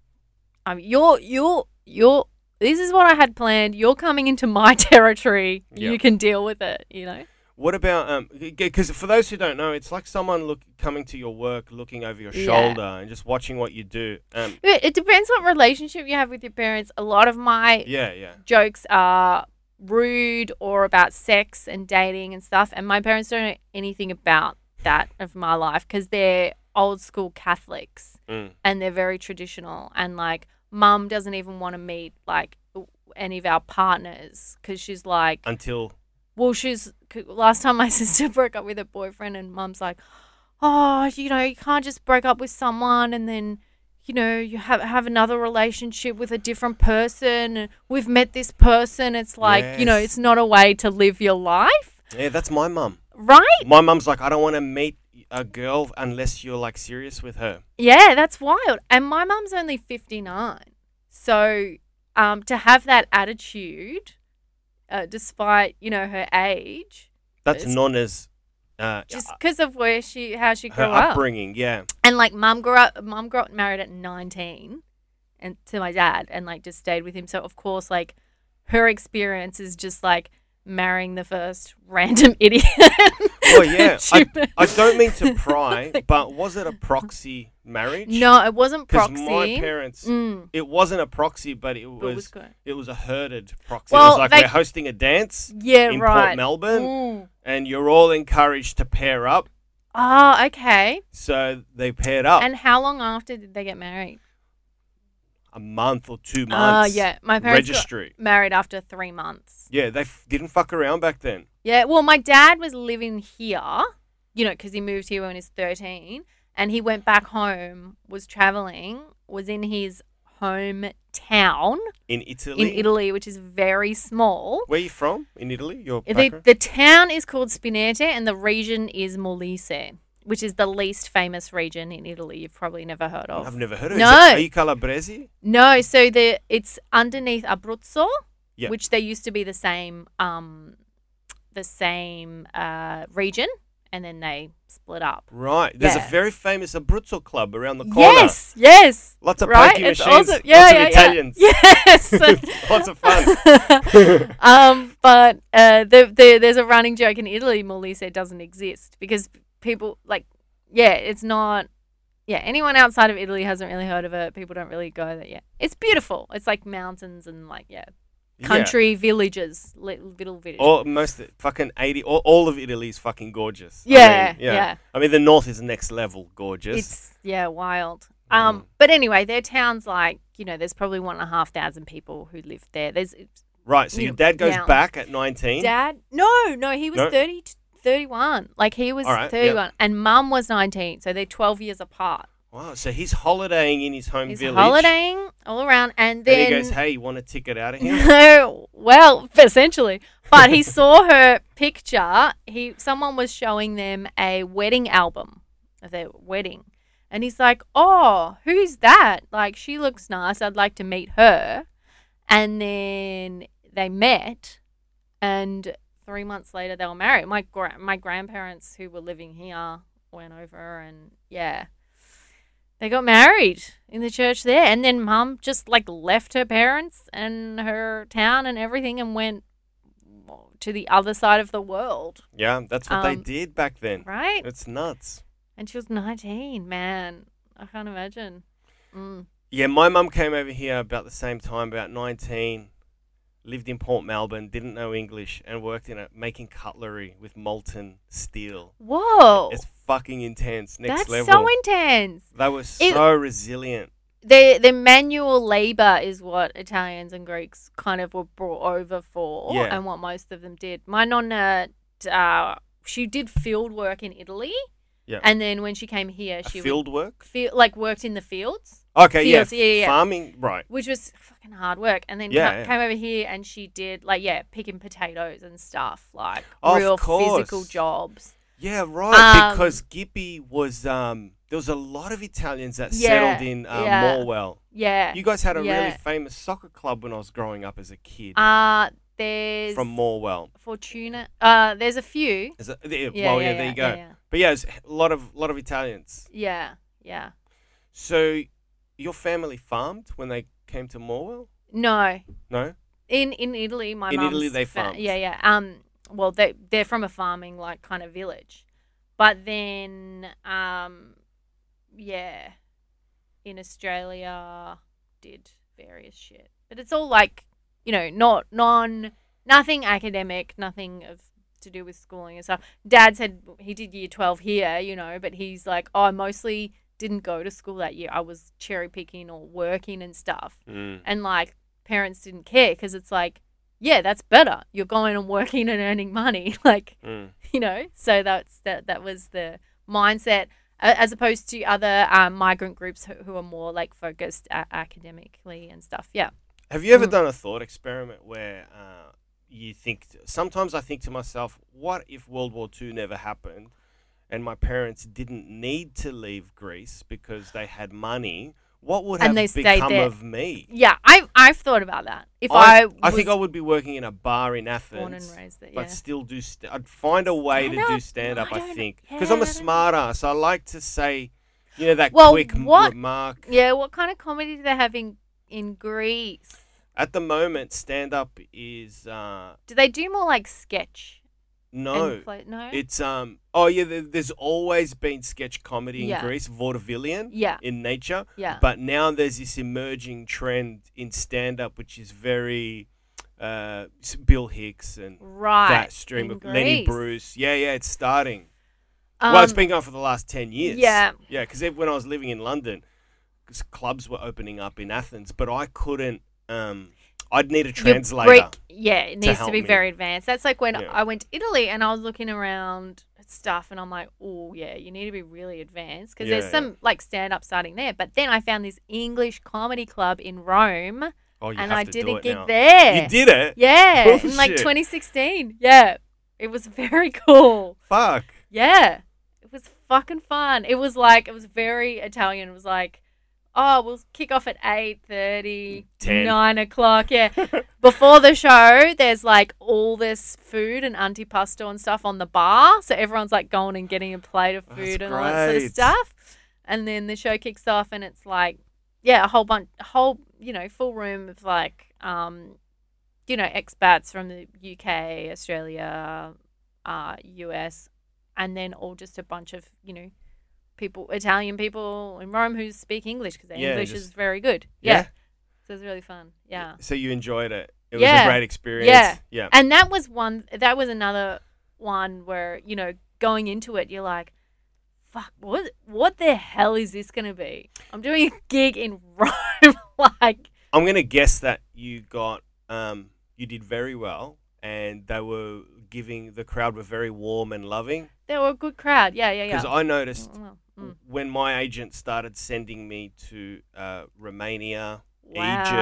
B: "I'm you're you're you're. This is what I had planned. You're coming into my (laughs) territory.
A: Yeah.
B: You can deal with it. You know.
A: What about um? Because for those who don't know, it's like someone look coming to your work, looking over your
B: Yeah.
A: shoulder, and just watching what you do. Um.
B: It it depends what relationship you have with your parents. A lot of my
A: Yeah, yeah.
B: jokes are rude or about sex and dating and stuff. And my parents don't know anything about that of my life because they're old school Catholics
A: Mm.
B: and they're very traditional. And like, mum doesn't even want to meet like w- any of our partners because she's like,
A: Until
B: well, she's c- last time my (laughs) sister broke up with her boyfriend, and mum's like, oh, you know, you can't just break up with someone and then, you know, you have have another relationship with a different person. and We've met this person. It's like, you know,
A: Yes.
B: it's not a way to live your life,
A: yeah, that's my mum.
B: right?
A: My mum's like, I don't want to meet a girl unless you're like serious with her.
B: Yeah, that's wild. And my mum's only fifty nine, so um, to have that attitude, uh, despite you know her age,
A: That's
B: It's-
A: known as uh,
B: just because of where she how she
A: her
B: grew up.
A: upbringing.
B: (laughs)
A: Yeah.
B: And like, mum grew up. Mum got married at nineteen, and to my dad, and like just stayed with him. So of course, like, her experience is just like marrying the first (laughs) random idiot.
A: Well, yeah. I,
B: She-
A: I don't mean to pry, but was it a proxy marriage?
B: (laughs) no, it
A: (laughs)
B: wasn't
A: Because
B: proxy.
A: my parents,
B: Mm,
A: it wasn't a proxy, but it
B: but it was
A: was
B: good.
A: it was a herded proxy. it
B: Well,
A: was like
B: they-
A: we're hosting a dance
B: Yeah,
A: in Port
B: right.
A: Melbourne,
B: Mm.
A: and you're all encouraged to pair up.
B: Oh, okay.
A: So they paired up
B: And how long after did they get married?
A: a month or two
B: Oh,
A: months.
B: yeah, my parents got
A: registry.
B: married after three months.
A: Yeah, they f- didn't fuck around back then.
B: Yeah, well, my dad was living here, you know, because he moved here when he was 13 and he went back home, was traveling, was in his hometown
A: In Italy.
B: in Italy, which is very small.
A: Where you from? In Italy? Your
B: The,
A: background?
B: the town is called Spinete and the region is Molise, which is the least famous region in Italy you've probably never heard of.
A: I've never heard of it. Is
B: No.
A: it- Are you Calabrese?
B: No, so the it's underneath Abruzzo,
A: Yeah.
B: which they used to be the same um the same uh region and then they split up.
A: Right. There's
B: Yeah.
A: a very famous Abruzzo club around the corner.
B: Yes, yes.
A: Lots of
B: right?
A: pokey
B: It's
A: machines.
B: awesome. Yeah,
A: lots
B: yeah,
A: of Italians.
B: Yeah.
A: (laughs)
B: Yes.
A: lots of
B: (laughs)
A: fun.
B: um, but uh, the, the, there's a running joke in Italy, Molise doesn't exist because people like, yeah, it's not. Yeah, anyone outside of Italy hasn't really heard of it. People don't really go there yet. It's beautiful. It's like mountains and like yeah,
A: Yeah. Oh,
B: country villages, little, little villages.
A: Or most fucking 80, all, all of Italy's fucking gorgeous. I mean,
B: Yeah, yeah.
A: I mean, the north is next level gorgeous.
B: It's yeah, wild.
A: Mm.
B: Um, but anyway, their town's like you know, there's probably one and a half thousand people who live there. There's it's
A: Right. So your dad goes
B: Now.
A: back at 19.
B: Dad, no, no, he was
A: No?
B: 30, 31. Like he was
A: All right, yeah.
B: 31, and Mum was 19, so they're 12 years apart.
A: Wow. So he's holidaying in his home
B: He's
A: village.
B: holidaying all around, and
A: And
B: then
A: he goes, hey, you want a ticket out of
B: (laughs)
A: here?
B: No, well, essentially. But he saw her picture. He someone was showing them a wedding album of their wedding. And he's like, "Oh, who's that? Like she looks nice. I'd like to meet her." And then they met and 3 months later they were married. My gra- my grandparents who were living here went over and yeah they got married in the church there and then mum just like left her parents and her town and everything and went to the other side of the world
A: yeah, that's what they
B: Um,
A: did back then.
B: right
A: It's nuts.
B: and she was 19 man i can't imagine mm.
A: Yeah, my mum came over here about the same time, about 19, lived in Port Melbourne, didn't know English, and worked in a making cutlery with molten steel.
B: whoa
A: It's fucking intense. Next
B: Oh. that's
A: level.
B: so intense
A: they were
B: It-
A: so resilient.
B: the the manual labor is what Italians and Greeks kind of were brought over for,
A: Yeah.
B: and what most of them did. My nonna, uh, she did field work in Italy,
A: Yeah.
B: and then when she came here,
A: A
B: she
A: field work?
B: would feel, like worked in the fields,
A: Okay, yeah,
B: fields, yeah, yeah, yeah.
A: Farming, right.
B: which was fucking hard work. And then
A: Yeah,
B: ca-
A: yeah.
B: came over here, and she did like yeah, picking potatoes and stuff, like
A: Of
B: real
A: course.
B: physical jobs.
A: Yeah, right.
B: Um,
A: because Gippy was, um, there was a lot of Italians that
B: Yeah,
A: settled in uh,
B: yeah.
A: Morwell.
B: Yeah.
A: You guys had a really
B: yeah.
A: famous soccer club when I was growing up as a kid
B: uh there's
A: from Morwell.
B: Fortuna. Uh, there's a few.
A: Is that, yeah,
B: Yeah,
A: well, yeah,
B: yeah,
A: there
B: yeah,
A: you go.
B: yeah, yeah.
A: But yeah, it's a lot of lot of Italians.
B: Yeah, yeah.
A: So your family farmed when they came to Morwell?
B: No,
A: No.
B: in in Italy, my
A: In
B: mum's
A: Italy, they
B: fa-
A: farmed.
B: yeah, yeah. Um, well, they they're from a farming like kind of village, but then um, yeah, in Australia, did various shit, but it's all like you know, not non nothing academic, nothing of to do with schooling and stuff. Dad said he did year twelve here, you know, but he's like, oh, I mostly didn't go to school that year. I was cherry picking or working and stuff
A: Mm.
B: and like parents didn't care because it's like yeah that's better you're going and working and earning money (laughs) like
A: Mm.
B: you know so that's that that was the mindset a- as opposed to other um, migrant groups who, who are more like focused a- academically and stuff yeah
A: Have you ever
B: Mm.
A: done a thought experiment where uh, you think? Sometimes I think to myself, what if World War II never happened, and my parents didn't need to leave Greece because they had money? What would
B: And
A: have
B: they stayed
A: become
B: there.
A: of me?
B: yeah i've, I've thought about that if i,
A: I think I
B: was
A: would be working in a bar in Athens.
B: born and raised there yeah
A: but still do. St- I'd find a way to do
B: Stand-up?
A: stand up.
B: I
A: I,
B: don't-
A: think
B: yeah,
A: because I'm
B: I
A: a
B: don't know.
A: smart ass. I like to say, you know, that
B: Well,
A: quick m-
B: what-
A: remark.
B: yeah what kind of comedy do they have in in greece
A: At the moment, stand up is uh,
B: do they do more like sketch and
A: no.
B: play- no
A: It's um. Oh yeah. There, there's always been sketch comedy in
B: Yeah.
A: Greece, vaudevillian
B: yeah
A: in nature.
B: yeah
A: But now there's this emerging trend in stand up, which is very uh, s- Bill Hicks and
B: right
A: that stream
B: in
A: of Lenny
B: Greece.
A: Bruce. Yeah, yeah. It's starting. well, it's
B: Um,
A: been going for the last 10 years.
B: yeah.
A: Yeah, because when I was living in London, 'cause clubs were opening up in Athens, but I couldn't. Um, I'd need a
B: your
A: translator.
B: Greek- yeah, it needs to,
A: help
B: be
A: me.
B: very advanced. That's like when
A: Yeah.
B: I went to Italy and I was looking around at stuff and I'm like, oh, yeah, you need to be really advanced because
A: Yeah,
B: there's some like stand up starting there. But then I found this English comedy club in Rome
A: Oh, you
B: and
A: have
B: I
A: to
B: did
A: do
B: a
A: it
B: gig
A: now.
B: there.
A: You did it?
B: Yeah, in like
A: Bullshit.
B: 2016. Yeah, it was very (laughs) cool.
A: Fuck.
B: Yeah. It was fucking fun. It was like it was very Italian. It was like, oh, we'll kick off at 8.30,
A: Ten.
B: 9 o'clock. Yeah. (laughs) Before the show, there's like all this food and antipasto and stuff on the bar. So everyone's like going and getting a plate of
A: Oh, That's
B: food and all that sort of
A: great.
B: stuff. And then the show kicks off and it's like, yeah, a whole bunch, a whole, you know, full room of like, um, you know, expats from the UK, Australia, uh, US, and then all just a bunch of, you know, people, Italian people in Rome who speak English because their
A: Yeah,
B: English
A: just-
B: is very good. Yeah. So it's really fun. Yeah.
A: So you enjoyed it. It was
B: Yeah.
A: a great experience.
B: Yeah.
A: Yeah.
B: And that was one. That was another one where you know going into it, you're like, "Fuck, what? What the hell is this gonna be? I'm doing a gig in (laughs) Rome, like
A: I'm going to guess that you got. Um, you you did very well, and they were giving the crowd were very warm and loving.
B: They were a good crowd. Yeah, yeah,
A: Because
B: yeah.
A: I noticed
B: Well, mm.
A: when my agent started sending me to uh, Romania, Egypt,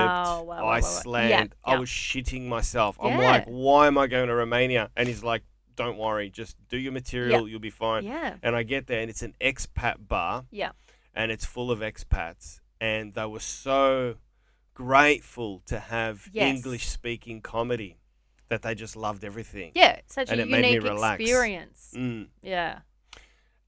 B: Wow, wow, wow, wow, wow. Yeah,
A: Iceland, I
B: yeah.
A: was shitting myself. I'm
B: Yeah.
A: like, why am I going to Romania? And he's like, don't worry, just do your material, you'll be fine.
B: Yeah.
A: And I get there, and it's an expat bar.
B: Yeah.
A: And it's full of expats, and they were so grateful to have
B: Yes.
A: English-speaking comedy that they just loved everything.
B: Yeah. Such
A: And
B: a
A: it made me
B: unique
A: relax.
B: experience.
A: Mm.
B: Yeah.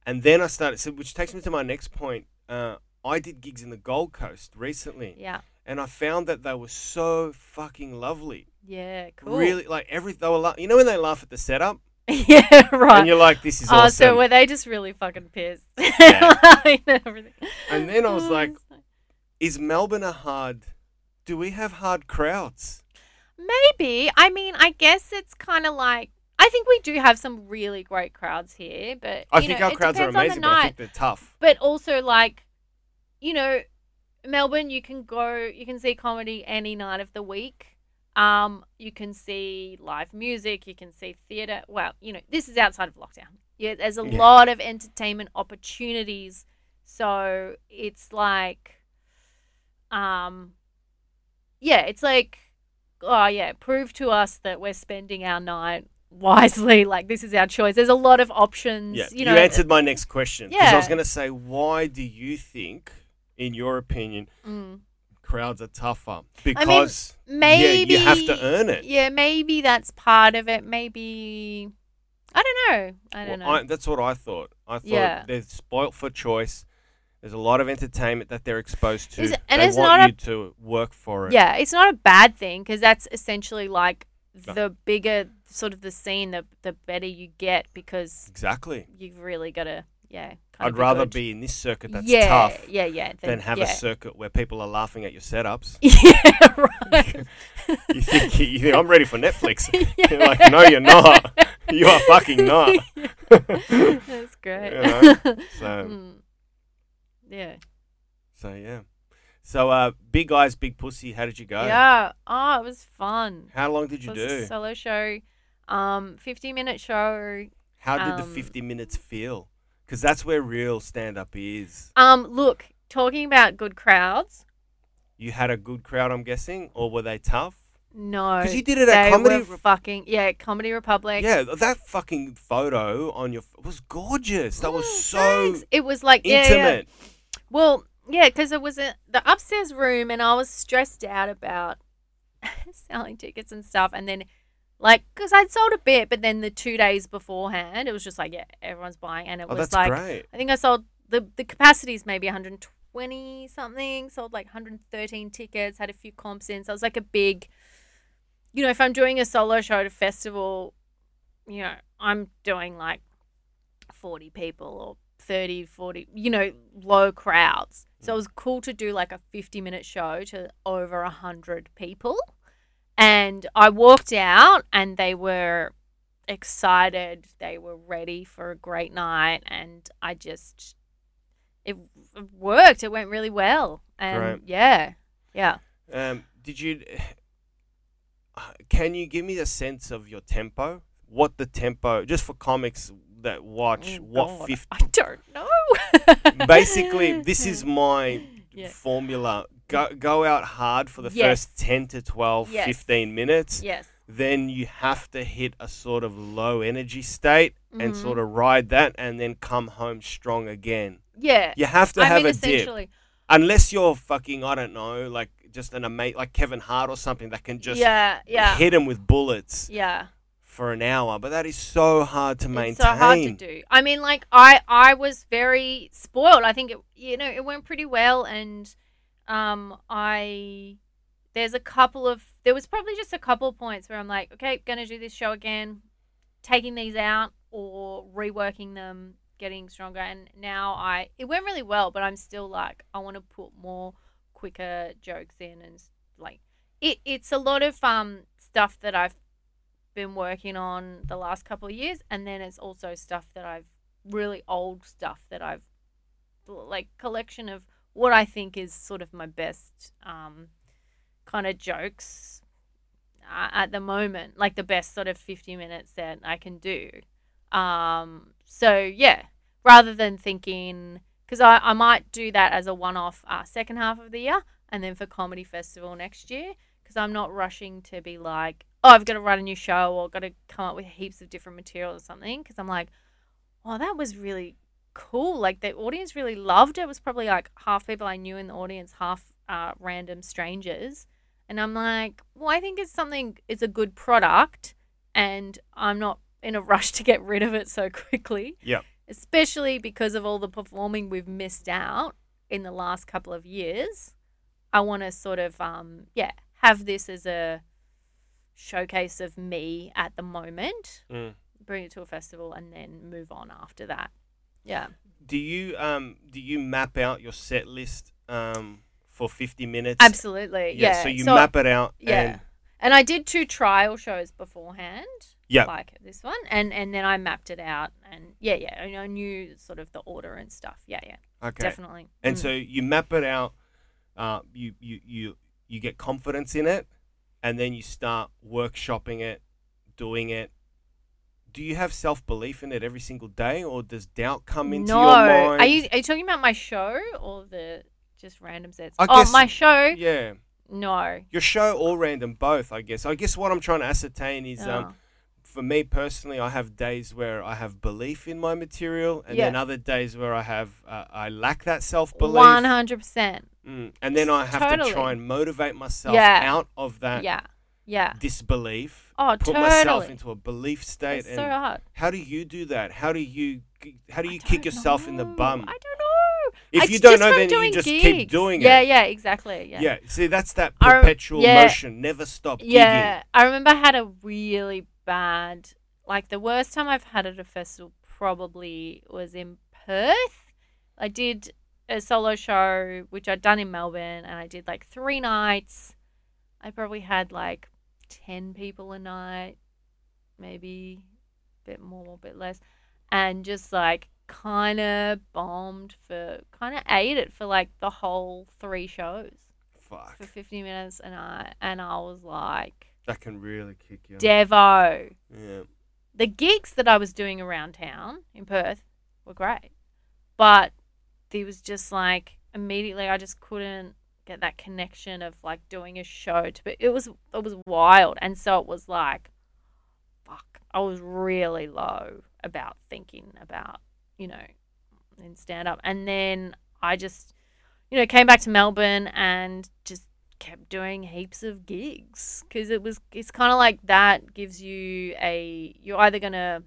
A: And then I started, so which takes me to my next point. Uh, I did gigs in the Gold Coast recently,
B: Yeah.
A: and I found that they were so fucking lovely.
B: Yeah. Cool.
A: Really, like every they were, la- you know, when they laugh at the setup,
B: (laughs) yeah. Right.
A: and you're like, "This is
B: oh,
A: awesome."
B: so were they just really fucking pissed? (laughs)
A: Yeah.
B: Like, everything.
A: And then I was
B: Oh,
A: like-
B: it's
A: is Melbourne a hard? Do we have hard crowds?
B: maybe. I mean, I guess it's kind of like. I think we do have some really great crowds here, but
A: I
B: you
A: think
B: know,
A: our
B: it
A: crowds are
B: depends
A: amazing,
B: on the
A: but I
B: night.
A: think they're tough.
B: but also like you know melbourne you can go you can see comedy any night of the week um you can see live music you can see theater well you know this is outside of lockdown yeah there's a
A: Yeah.
B: lot of entertainment opportunities so it's like um yeah it's like oh yeah prove to us that we're spending our night (laughs) wisely like this is our choice there's a lot of options
A: Yeah,
B: you
A: you,
B: know
A: answered my next question because I was
B: Yeah.
A: going to say, why do you think, in your opinion,
B: Mm.
A: crowds are tougher? Because
B: maybe
A: yeah, you have to earn it.
B: Yeah, maybe that's part of it. Maybe I don't know. I don't
A: Well,
B: know.
A: I, that's what I thought. I thought
B: Yeah.
A: they're spoilt for choice. There's a lot of entertainment that they're exposed to.
B: Is it- and
A: they
B: it's
A: want
B: not a-
A: you to work for it.
B: yeah, it's not a bad thing because that's essentially like
A: No.
B: the bigger sort of the scene, the the better you get because
A: exactly.
B: you've really got to yeah. kind of
A: I'd rather
B: good.
A: be in this circuit that's
B: yeah,
A: tough
B: Yeah, yeah.
A: than have
B: yeah.
A: a circuit where people are laughing at your setups.
B: (laughs) yeah, right.
A: you, think, (laughs) you think I'm ready for Netflix?
B: Yeah.
A: You're (laughs) (laughs) like, no, you're
B: (laughs)
A: not. (laughs) You are fucking not.
B: That's
A: You
B: great. (laughs)
A: Um, So,
B: Mm. Yeah.
A: so yeah. So, uh, big eyes, big pussy. How did you go?
B: Yeah. Oh, it was fun.
A: How long did you
B: It was
A: do?
B: a solo show, um, fifty minute show.
A: How did the
B: um,
A: 50 minutes feel? Because that's where real stand up is.
B: Um, look, talking about good crowds.
A: You had a good crowd, I'm guessing, or were they tough?
B: No,
A: Because you did it at
B: they
A: Comedy.
B: were
A: Re-
B: fucking yeah, Comedy Republic.
A: yeah, that fucking photo on your f- was gorgeous. That was
B: Mm,
A: so
B: thanks. It was like yeah, yeah.
A: intimate.
B: Well, yeah, because it was a, the upstairs room, and I was stressed out about (laughs) selling tickets and stuff, and then. Like, because I'd sold a bit, but then the two days beforehand, it was just like, yeah, everyone's buying. And it
A: Oh,
B: was
A: that's
B: like,
A: great.
B: I think I sold the the capacity is maybe 120 something. Sold like 113 tickets. Had a few comps in. So it was like a big, you know, if I'm doing a solo show at a festival, you know, I'm doing like 40 people or 30, 40, you know, low crowds. So it was cool to do like a 50 minute show to over 100 people. And I walked out and they were excited. They were ready for a great night. And I just, it it worked. It went really well. And
A: Right.
B: yeah, yeah.
A: Um, did you? (sighs) Can you give me a sense of your tempo? What the tempo? Just for comics that watch,
B: Oh,
A: what
B: God, (laughs)
A: fifty?
B: I don't know. (laughs)
A: Basically, this is my
B: Yeah.
A: formula. Go go out hard for the
B: Yes.
A: first ten to 12,
B: Yes.
A: 15 minutes.
B: Yes.
A: Then you have to hit a sort of low energy state and
B: Mhm.
A: sort of ride that, and then come home strong again.
B: Yeah.
A: You have to
B: I
A: have
B: mean,
A: a dip.
B: essentially.
A: unless you're fucking I don't know, like just an amazing like Kevin Hart or something that can just
B: yeah, yeah,
A: hit him with bullets
B: yeah.
A: for an hour. But that is so hard to maintain.
B: It's so hard to do. I mean, like I, I was very spoiled. I think it, you know, it went pretty well, and um, I there's a couple of there was probably just a couple of points where I'm like, okay, gonna do this show again, taking these out or reworking them, getting stronger. And now I, it went really well, but I'm still like, I want to put more quicker jokes in and s- like it, it's a lot of um stuff that I've been working on the last couple of years, and then it's also stuff that I've really old stuff that I've like collection of what I think is sort of my best um, kind of jokes. uh, at the moment like the best sort of 50 minutes that I can do. Um, so yeah, rather than thinking because I, I might do that as a one off uh, second half of the year and then for comedy festival next year because I'm not rushing to be like oh I've got to write a new show or got to come up with heaps of different material or something because I'm like oh that was really cool like the audience really loved it. it was probably like half people I knew in the audience half uh, random strangers and I'm like, well, I think it's something, it's a good product, and I'm not in a rush to get rid of it so quickly.
A: Yep.
B: Especially because of all the performing we've missed out in the last couple of years. I want to sort of, um, yeah, have this as a showcase of me at the moment,
A: Mm.
B: bring it to a festival, and then move on after that. Yeah.
A: Do you um do you map out your set list um for 50 minutes?
B: Absolutely. Yeah.
A: So you map it out.
B: Yeah.
A: And,
B: and I did two trial shows beforehand.
A: Yep.
B: Like this one. And and then I mapped it out and yeah, yeah. And I knew sort of the order and stuff. Yeah, yeah.
A: okay.
B: Definitely.
A: And
B: Mm.
A: so you map it out. Uh, you you you you get confidence in it, and then you start workshopping it, doing it. Do you have self belief in it every single day, or does doubt come into
B: no.
A: your mind?
B: Are you are you talking about my show or the just random sets?
A: I
B: oh,
A: guess-
B: my show?
A: Yeah,
B: No.
A: your show or random, both. I guess. I guess what I'm trying to ascertain is, um,
B: Oh.
A: for me personally, I have days where I have belief in my material, and
B: Yeah.
A: then other days where I have uh, I lack that self belief.
B: One hundred percent.
A: Mm. And then I have
B: Totally.
A: to try and motivate myself
B: Yeah.
A: out of that
B: Yeah. Yeah.
A: disbelief.
B: Oh,
A: put
B: totally.
A: myself into a belief state.
B: It's
A: and
B: so hard.
A: how do you do that? How do you how do
B: I
A: you kick
B: don't
A: yourself in the
B: know.
A: bum?
B: I don't know.
A: If
B: It's
A: you don't
B: just
A: know,
B: from
A: then you
B: doing
A: just keep
B: gigs.
A: doing
B: yeah,
A: it.
B: Yeah, exactly. Yeah.
A: Yeah. See, that's that
B: I rem-
A: perpetual
B: yeah.
A: motion, never stop gigging.
B: Yeah, I remember I had a really bad, like the worst time I've had at a festival probably was in Perth. I did a solo show, which I'd done in Melbourne, and I did like three nights. I probably had like 10 people a night, maybe a bit more, a bit less, and just like kind of bombed for, kind of ate it for like the whole three shows
A: Fuck,
B: for 50 minutes and I and I was like
A: that can really kick you.
B: Devo
A: yeah.
B: the gigs that I was doing around town in Perth were great but it was just like immediately I just couldn't get that connection of like doing a show to but it was it was wild and so it was like fuck I was really low about thinking about you know in stand up and then I just you know came back to Melbourne and just kept doing heaps of gigs because it was it's kind of like that gives you a you're either gonna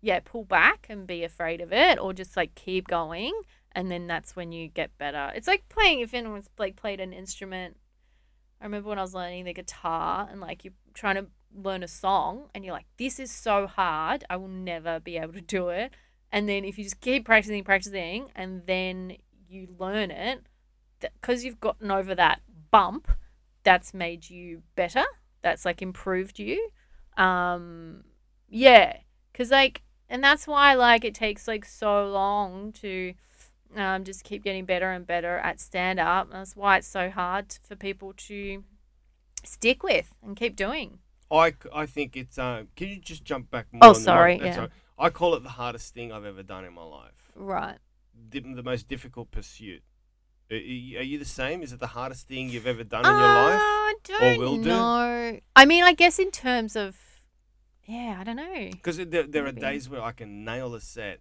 B: yeah pull back and be afraid of it or just like keep going and then that's when you get better it's like playing if anyone's like played an instrument i remember when i was learning the guitar and like you're trying to learn a song and you're like this is so hard i will never be able to do it and then if you just keep practicing practicing and then you learn it because you've gotten over that bump, that's made you better. That's like improved you. Um, yeah, because like, and that's why like it takes like so long to um, just keep getting better and better at stand up. That's why it's so hard for people to stick with and keep doing.
A: I, c- I think it's. Uh, can you just jump back? More
B: Oh,
A: on the mic?
B: sorry,
A: That's
B: yeah.
A: all right. I call it the hardest thing I've ever done in my life.
B: Right.
A: The, the most difficult pursuit. Are are you are you the same? Is it the hardest thing you've ever done in your life?
B: Uh, I
A: don't will
B: don't
A: do?
B: know. I mean, I guess in terms of, yeah, I don't know.
A: Because there, there are
B: Maybe.
A: days where I can nail a set,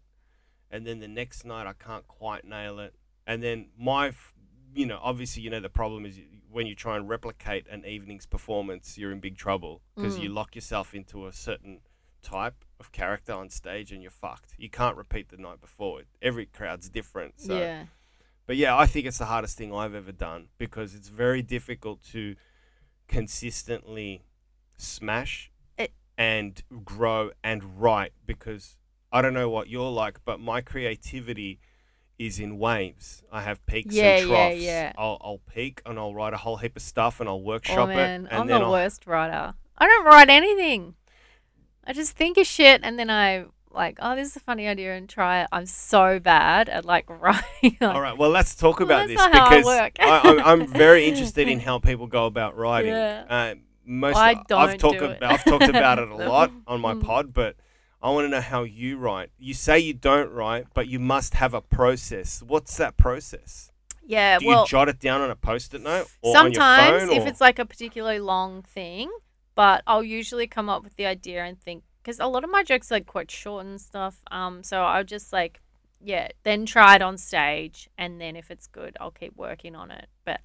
A: and then the next night I can't quite nail it. And then my, f- you know, obviously you know the problem is you- when you try and replicate an evening's performance, you're in big trouble because
B: Mm.
A: you lock yourself into a certain type of character on stage and you're fucked. You can't repeat the night before. Every crowd's different. So.
B: yeah.
A: But yeah, I think it's the hardest thing I've ever done because it's very difficult to consistently smash
B: It-
A: and grow and write because I don't know what you're like, but my creativity is in waves. I have peaks
B: Yeah, yeah,
A: and troughs.
B: yeah.
A: I'll, I'll peak and I'll write a whole heap of stuff and I'll
B: Oh
A: workshop
B: man,
A: it. And
B: I'm
A: then
B: the
A: I'll,
B: worst writer. I don't write anything. I just think of shit and then I like, oh, this is a funny idea and try it. I'm so bad at like (laughs) writing.
A: All right, well, let's talk
B: Well,
A: about
B: that's
A: this
B: not how I
A: because
B: work. (laughs)
A: I, I'm, I'm very interested in how people go about writing.
B: Yeah.
A: Um, most
B: I
A: I've
B: don't
A: talked
B: do
A: about
B: it.
A: I've talked about
B: (laughs)
A: it a lot on my
B: Mm.
A: pod, but I want to know how you write. You say you don't write, but you must have a process. What's that process?
B: Yeah,
A: Do
B: well,
A: you jot it down on a post-it note or
B: sometimes
A: on your phone?
B: if
A: or-
B: it's like a particularly long thing, but I'll usually come up with the idea and think because a lot of my jokes are like quite short and stuff. Um, so I'll just like yeah, then try it on stage, and then if it's good, I'll keep working on it. But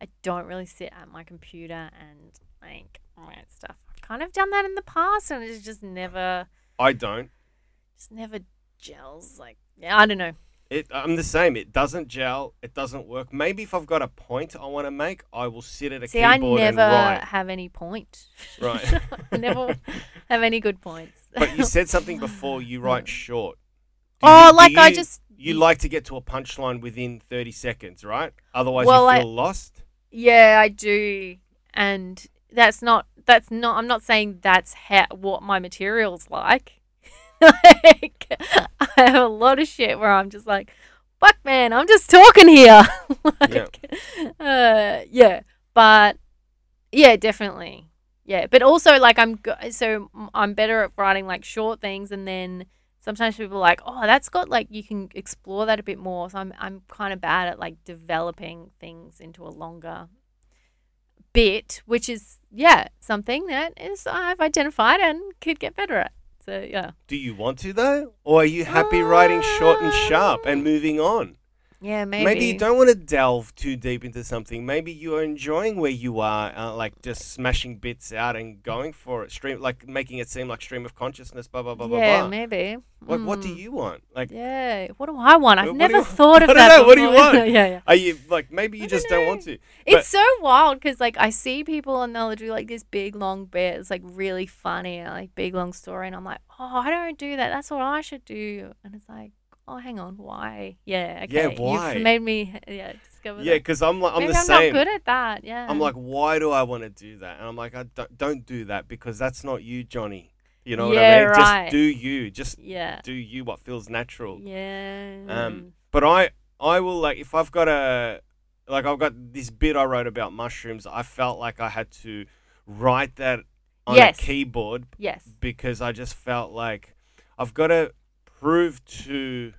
B: I don't really sit at my computer and like write stuff. I've kind of done that in the past, and it's just never,
A: I don't.
B: just never gels. Like yeah, I don't know.
A: It, I'm the same. It doesn't gel. It doesn't work. Maybe if I've got a point I want to make, I will sit at a
B: See, I
A: keyboard and
B: never
A: write.
B: have any point.
A: Right.
B: (laughs)
A: (laughs)
B: I never have any good points. (laughs)
A: But you said something before. You write short. Do
B: oh,
A: you- do
B: like I
A: you-
B: just
A: You like to get to a punchline within 30 seconds, right? Otherwise,
B: Well,
A: you
B: I-
A: feel lost.
B: yeah, I do, and that's not that's not. I'm not saying that's ha- what my material's like. (laughs) like I have a lot of shit where I'm just like, fuck, man, I'm just talking here. (laughs) like, yeah. Uh, yeah, but yeah, definitely. Yeah, but also like I'm go- so m- I'm better at writing like short things, and then sometimes people are like, oh, that's got like you can explore that a bit more. So I'm I'm kind of bad at like developing things into a longer bit, which is yeah something that is I've identified and could get better at. So yeah,
A: Do you want to, though? Or are you happy writing short and sharp and moving on?
B: yeah maybe
A: you don't want to delve too deep into something. Maybe you are enjoying where you are, uh, like just smashing bits out and going for it. Stream, like making it seem like stream of consciousness, blah, blah, blah, blah,
B: yeah
A: blah.
B: maybe
A: Like, what do
B: Mm.
A: you want? Like,
B: yeah what do I want? I've
A: What do
B: never
A: you-
B: thought
A: (laughs)
B: of
A: I don't
B: that.
A: know, what do you
B: before.
A: want?
B: (laughs) yeah yeah.
A: are you, like, maybe you
B: I don't
A: just don't
B: know.
A: want to.
B: It's so wild because like I see people and they'll do like this big long bit. It's like really funny, and, like big long story, and I'm like, oh, I don't do that. That's what I should do. And it's like, oh, hang on, why? Yeah,
A: Yeah,
B: okay.
A: why?
B: You've made me yeah discover.
A: Yeah,
B: that.
A: because I'm like, I'm
B: Maybe
A: the
B: I'm
A: same.
B: not good at that. Yeah,
A: I'm like, why do I want to do that? And I'm like, I don't, don't do that because that's not you, Johnny. You know what I
B: Yeah,
A: mean?
B: right.
A: Just do you. Just
B: yeah,
A: do you what feels natural.
B: yeah.
A: Um, But I, I will like if I've got a, like I've got this bit I wrote about mushrooms. I felt like I had to write that on
B: Yes.
A: a keyboard
B: yes,
A: because I just felt like I've got to prove to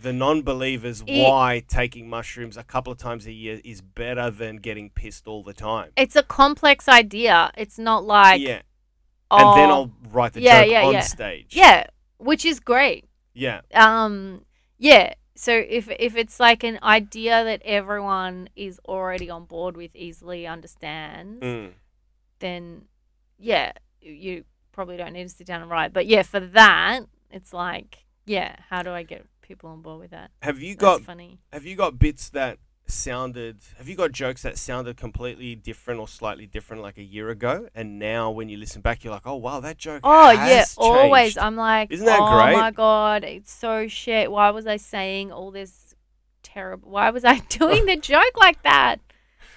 A: the non-believers
B: It-
A: why taking mushrooms a couple of times a year is better than getting pissed all the time.
B: it's a complex idea. It's not like
A: yeah.
B: oh,
A: and then I'll write the
B: yeah,
A: joke
B: yeah,
A: on
B: yeah.
A: stage.
B: yeah, which is great.
A: Yeah.
B: um yeah so if if it's like an idea that everyone is already on board with easily understands
A: Mm.
B: then yeah you probably don't need to sit down and write but yeah for that it's like yeah how do i get people on board with that
A: Have you
B: That's
A: got
B: funny
A: have you got bits that sounded have you got jokes that sounded completely different or slightly different like a year ago and now when you listen back you're like, "Oh wow, that joke."
B: oh
A: has
B: yeah always
A: changed."
B: i'm like
A: Isn't that
B: oh
A: great?"
B: my god it's so shit why was i saying all this terrible why was i (laughs) doing the joke like that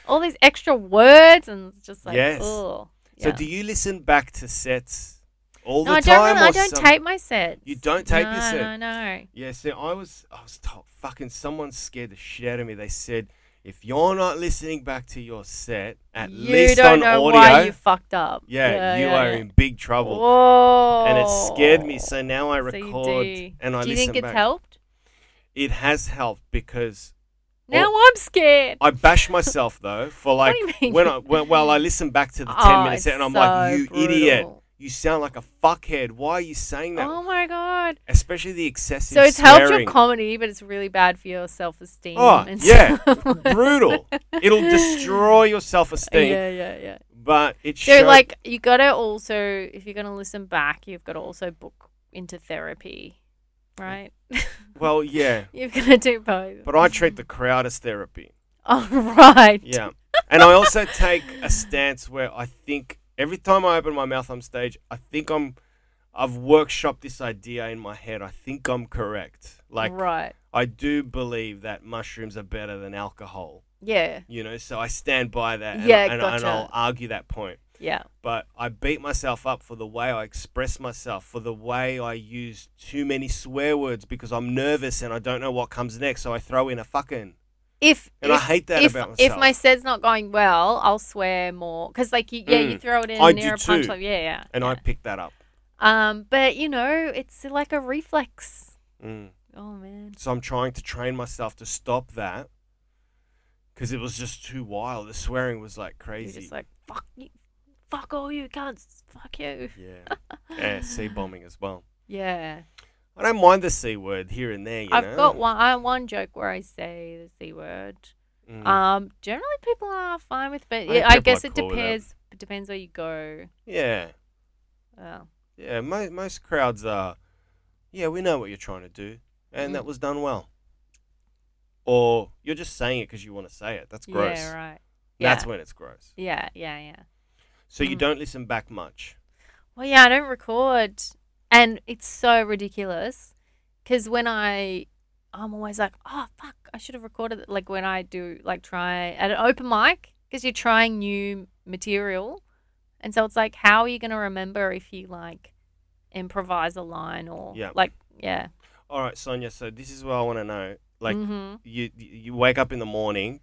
B: all these extra words and it's just like
A: Yes.
B: oh
A: So do you listen back to sets all
B: no,
A: the
B: I
A: time
B: don't really,
A: or
B: I don't
A: some-
B: tape my sets.
A: You don't tape your
B: no,
A: set?
B: No, no.
A: Yeah, so I was I was told fucking someone scared the shit out of me. They said if you're not listening back to your set, at
B: you
A: least
B: don't
A: on
B: know
A: audio,
B: why you fucked up.
A: yeah, you
B: yeah,
A: are
B: yeah.
A: in big trouble.
B: Whoa.
A: and it scared me. So now I
B: So you
A: record
B: do.
A: and I
B: do you
A: listen
B: think it's
A: back.
B: helped?
A: It has helped because
B: Now I'm scared.
A: I bash myself though
B: (laughs)
A: for like
B: do you mean?
A: when I when, well I listen back to the ten
B: Oh,
A: minute
B: it's
A: set and I'm
B: so
A: like you idiot,
B: brutal.
A: you sound like a fuckhead. Why are you saying that?
B: Oh my god.
A: Especially the excessive
B: So it's helped your
A: swearing.
B: (laughs) comedy, but it's really bad for your self esteem.
A: Oh
B: and
A: yeah, (laughs)
B: stuff.
A: brutal. It'll destroy your self esteem.
B: (laughs) Yeah, yeah, yeah.
A: But it
B: So
A: showed,
B: like you gotta also if you're gonna listen back, you've gotta also book into therapy. Right?
A: well yeah.
B: You've gotta do both. (laughs)
A: But I treat the crowd as therapy.
B: Oh right.
A: Yeah. And I also take a stance where I think every time I open my mouth on stage, I think I'm I've workshopped this idea in my head. I think I'm correct. Like
B: right.
A: I do believe that mushrooms are better than alcohol,
B: Yeah.
A: you know, so I stand by that and,
B: Yeah,
A: and, and
B: gotcha.
A: I'll argue that point.
B: Yeah.
A: But I beat myself up for the way I express myself, for the way I use too many swear words because I'm nervous and I don't know what comes next, so I throw in a fucking.
B: if
A: And
B: if,
A: I hate that
B: if,
A: about myself.
B: if my set's not going well, I'll swear more because like you, yeah, you
A: Mm.
B: throw it in
A: I do
B: near a
A: too.
B: punchline, yeah, yeah.
A: and
B: yeah.
A: I picked that up.
B: um, but you know, it's like a reflex.
A: Mm.
B: Oh man,
A: So I'm trying to train myself to stop that because it was just too wild. The swearing was like
B: you're
A: crazy.
B: just like fuck you, fuck all you cunts, fuck you.
A: (laughs)
B: (laughs)
A: yeah. Yeah, C bombing as well.
B: Yeah,
A: I don't mind the C word here and there, you
B: I've
A: know.
B: got one. I have one joke where I say the c word.
A: Mm.
B: Um, generally people are fine with, but
A: think
B: yeah, I
A: people are
B: guess it
A: cool with that.
B: depends. It depends where you go.
A: yeah.
B: Well,
A: Yeah, mo- most crowds are, yeah, we know what you're trying to do, and
B: Mm.
A: that was done well. Or you're just saying it because you want to say it. That's gross.
B: yeah, right. Yeah.
A: That's when it's gross.
B: yeah, yeah, yeah.
A: So you
B: Mm.
A: don't listen back much.
B: Well, yeah, I don't record, and it's so ridiculous because when I, I'm always like, oh fuck, I should have recorded. it." Like when I do, like try at an open mic because you're trying new material, and so it's like, how are you gonna remember if you like improvise a line or
A: Yeah.
B: like yeah,
A: All right, Sonia. So this is what I want to know. Like
B: hmm
A: you, you wake up in the morning,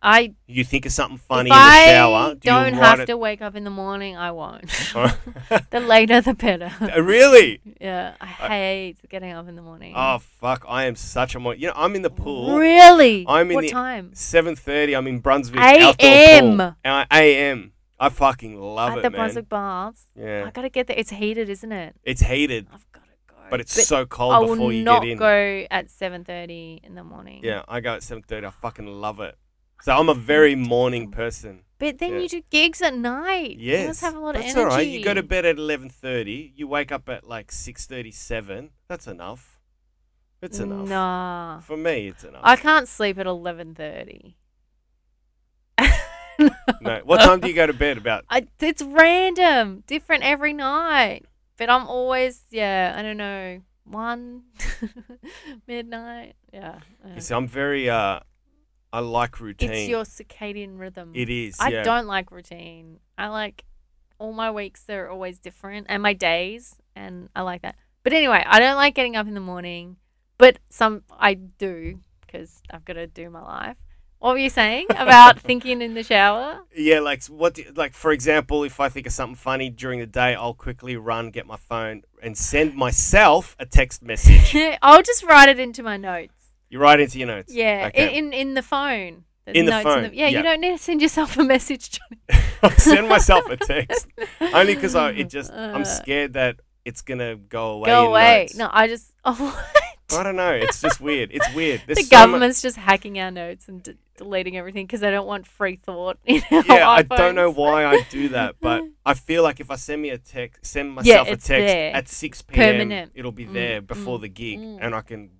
B: I
A: you think of something funny
B: if
A: in the
B: I
A: shower. Do
B: don't
A: you
B: have
A: write
B: to wake up in the morning. I won't.
A: (laughs) it?
B: the later, the better.
A: Uh, (laughs) really?
B: yeah, I
A: I-
B: hate getting up in the morning.
A: Oh fuck! I am such a mo- you know I'm in the pool.
B: Really?
A: I'm in
B: what
A: the-
B: time?
A: Seven thirty. I'm in Brunswick.
B: AM.
A: Outdoor pool. Uh, AM. I fucking love
B: At
A: it,
B: the
A: man.
B: Brunswick Baths.
A: Yeah.
B: I gotta get there. It's heated, isn't it?
A: It's heated,
B: I've gotta go.
A: but it's so
B: I
A: cold
B: will
A: before you
B: not
A: get in.
B: go at seven thirty in the morning.
A: Yeah, I go at seven thirty. I fucking love it. So I'm a very morning person.
B: But then
A: Yeah.
B: you do gigs at night. You
A: Yes,
B: must have a lot of
A: that's
B: energy.
A: all right. You go to bed at eleven thirty. You wake up at like six thirty-seven. That's enough. It's enough.
B: Nah.
A: For me, it's enough.
B: I can't sleep at eleven thirty. (laughs)
A: no. What time do you go to bed?
B: (laughs)
A: About
B: I, it's random, different every night. But I'm always, yeah, I don't know, one, (laughs) midnight. Yeah. I
A: you
B: don't-
A: see, I'm very. uh I like routine.
B: It's your circadian rhythm.
A: It is.
B: I
A: yeah.
B: don't like routine. I like all my weeks are always different and my days and I like that. But anyway, I don't like getting up in the morning, but some I do because I've got to do my life. What were
A: (laughs)
B: you saying about thinking in the shower? (laughs)
A: Yeah, like s- what? Do, like for example, if I think of something funny during the day, I'll quickly run, get my phone, and send myself a text message.
B: I'll just write it into my notes.
A: you write into your notes.
B: Yeah, i
A: Okay.
B: in in the phone. There's
A: In the
B: notes
A: phone,
B: yeah,
A: yeah.
B: you don't need to send yourself a (laughs) message. Johnny.
A: I (laughs) send myself a
B: (laughs)
A: text only because I it just I'm
B: Uh,
A: scared that it's gonna go away.
B: Go
A: in
B: away.
A: notes.
B: No, I just. (laughs) Oh,
A: I don't know. It's just weird. It's
B: (laughs)
A: weird. There's
B: the
A: so mu-
B: government's just hacking our notes and d- deleting everything because they don't want free thought in (laughs) our
A: yeah, I don't know
B: iPhones.
A: why I do that, but
B: (laughs)
A: I feel like if I send me a text, send
B: Yeah,
A: myself a
B: it's
A: text
B: there.
A: at six p.m.,
B: permanent.
A: it'll be
B: Mm,
A: there before
B: mm,
A: the gig,
B: mm.
A: and I can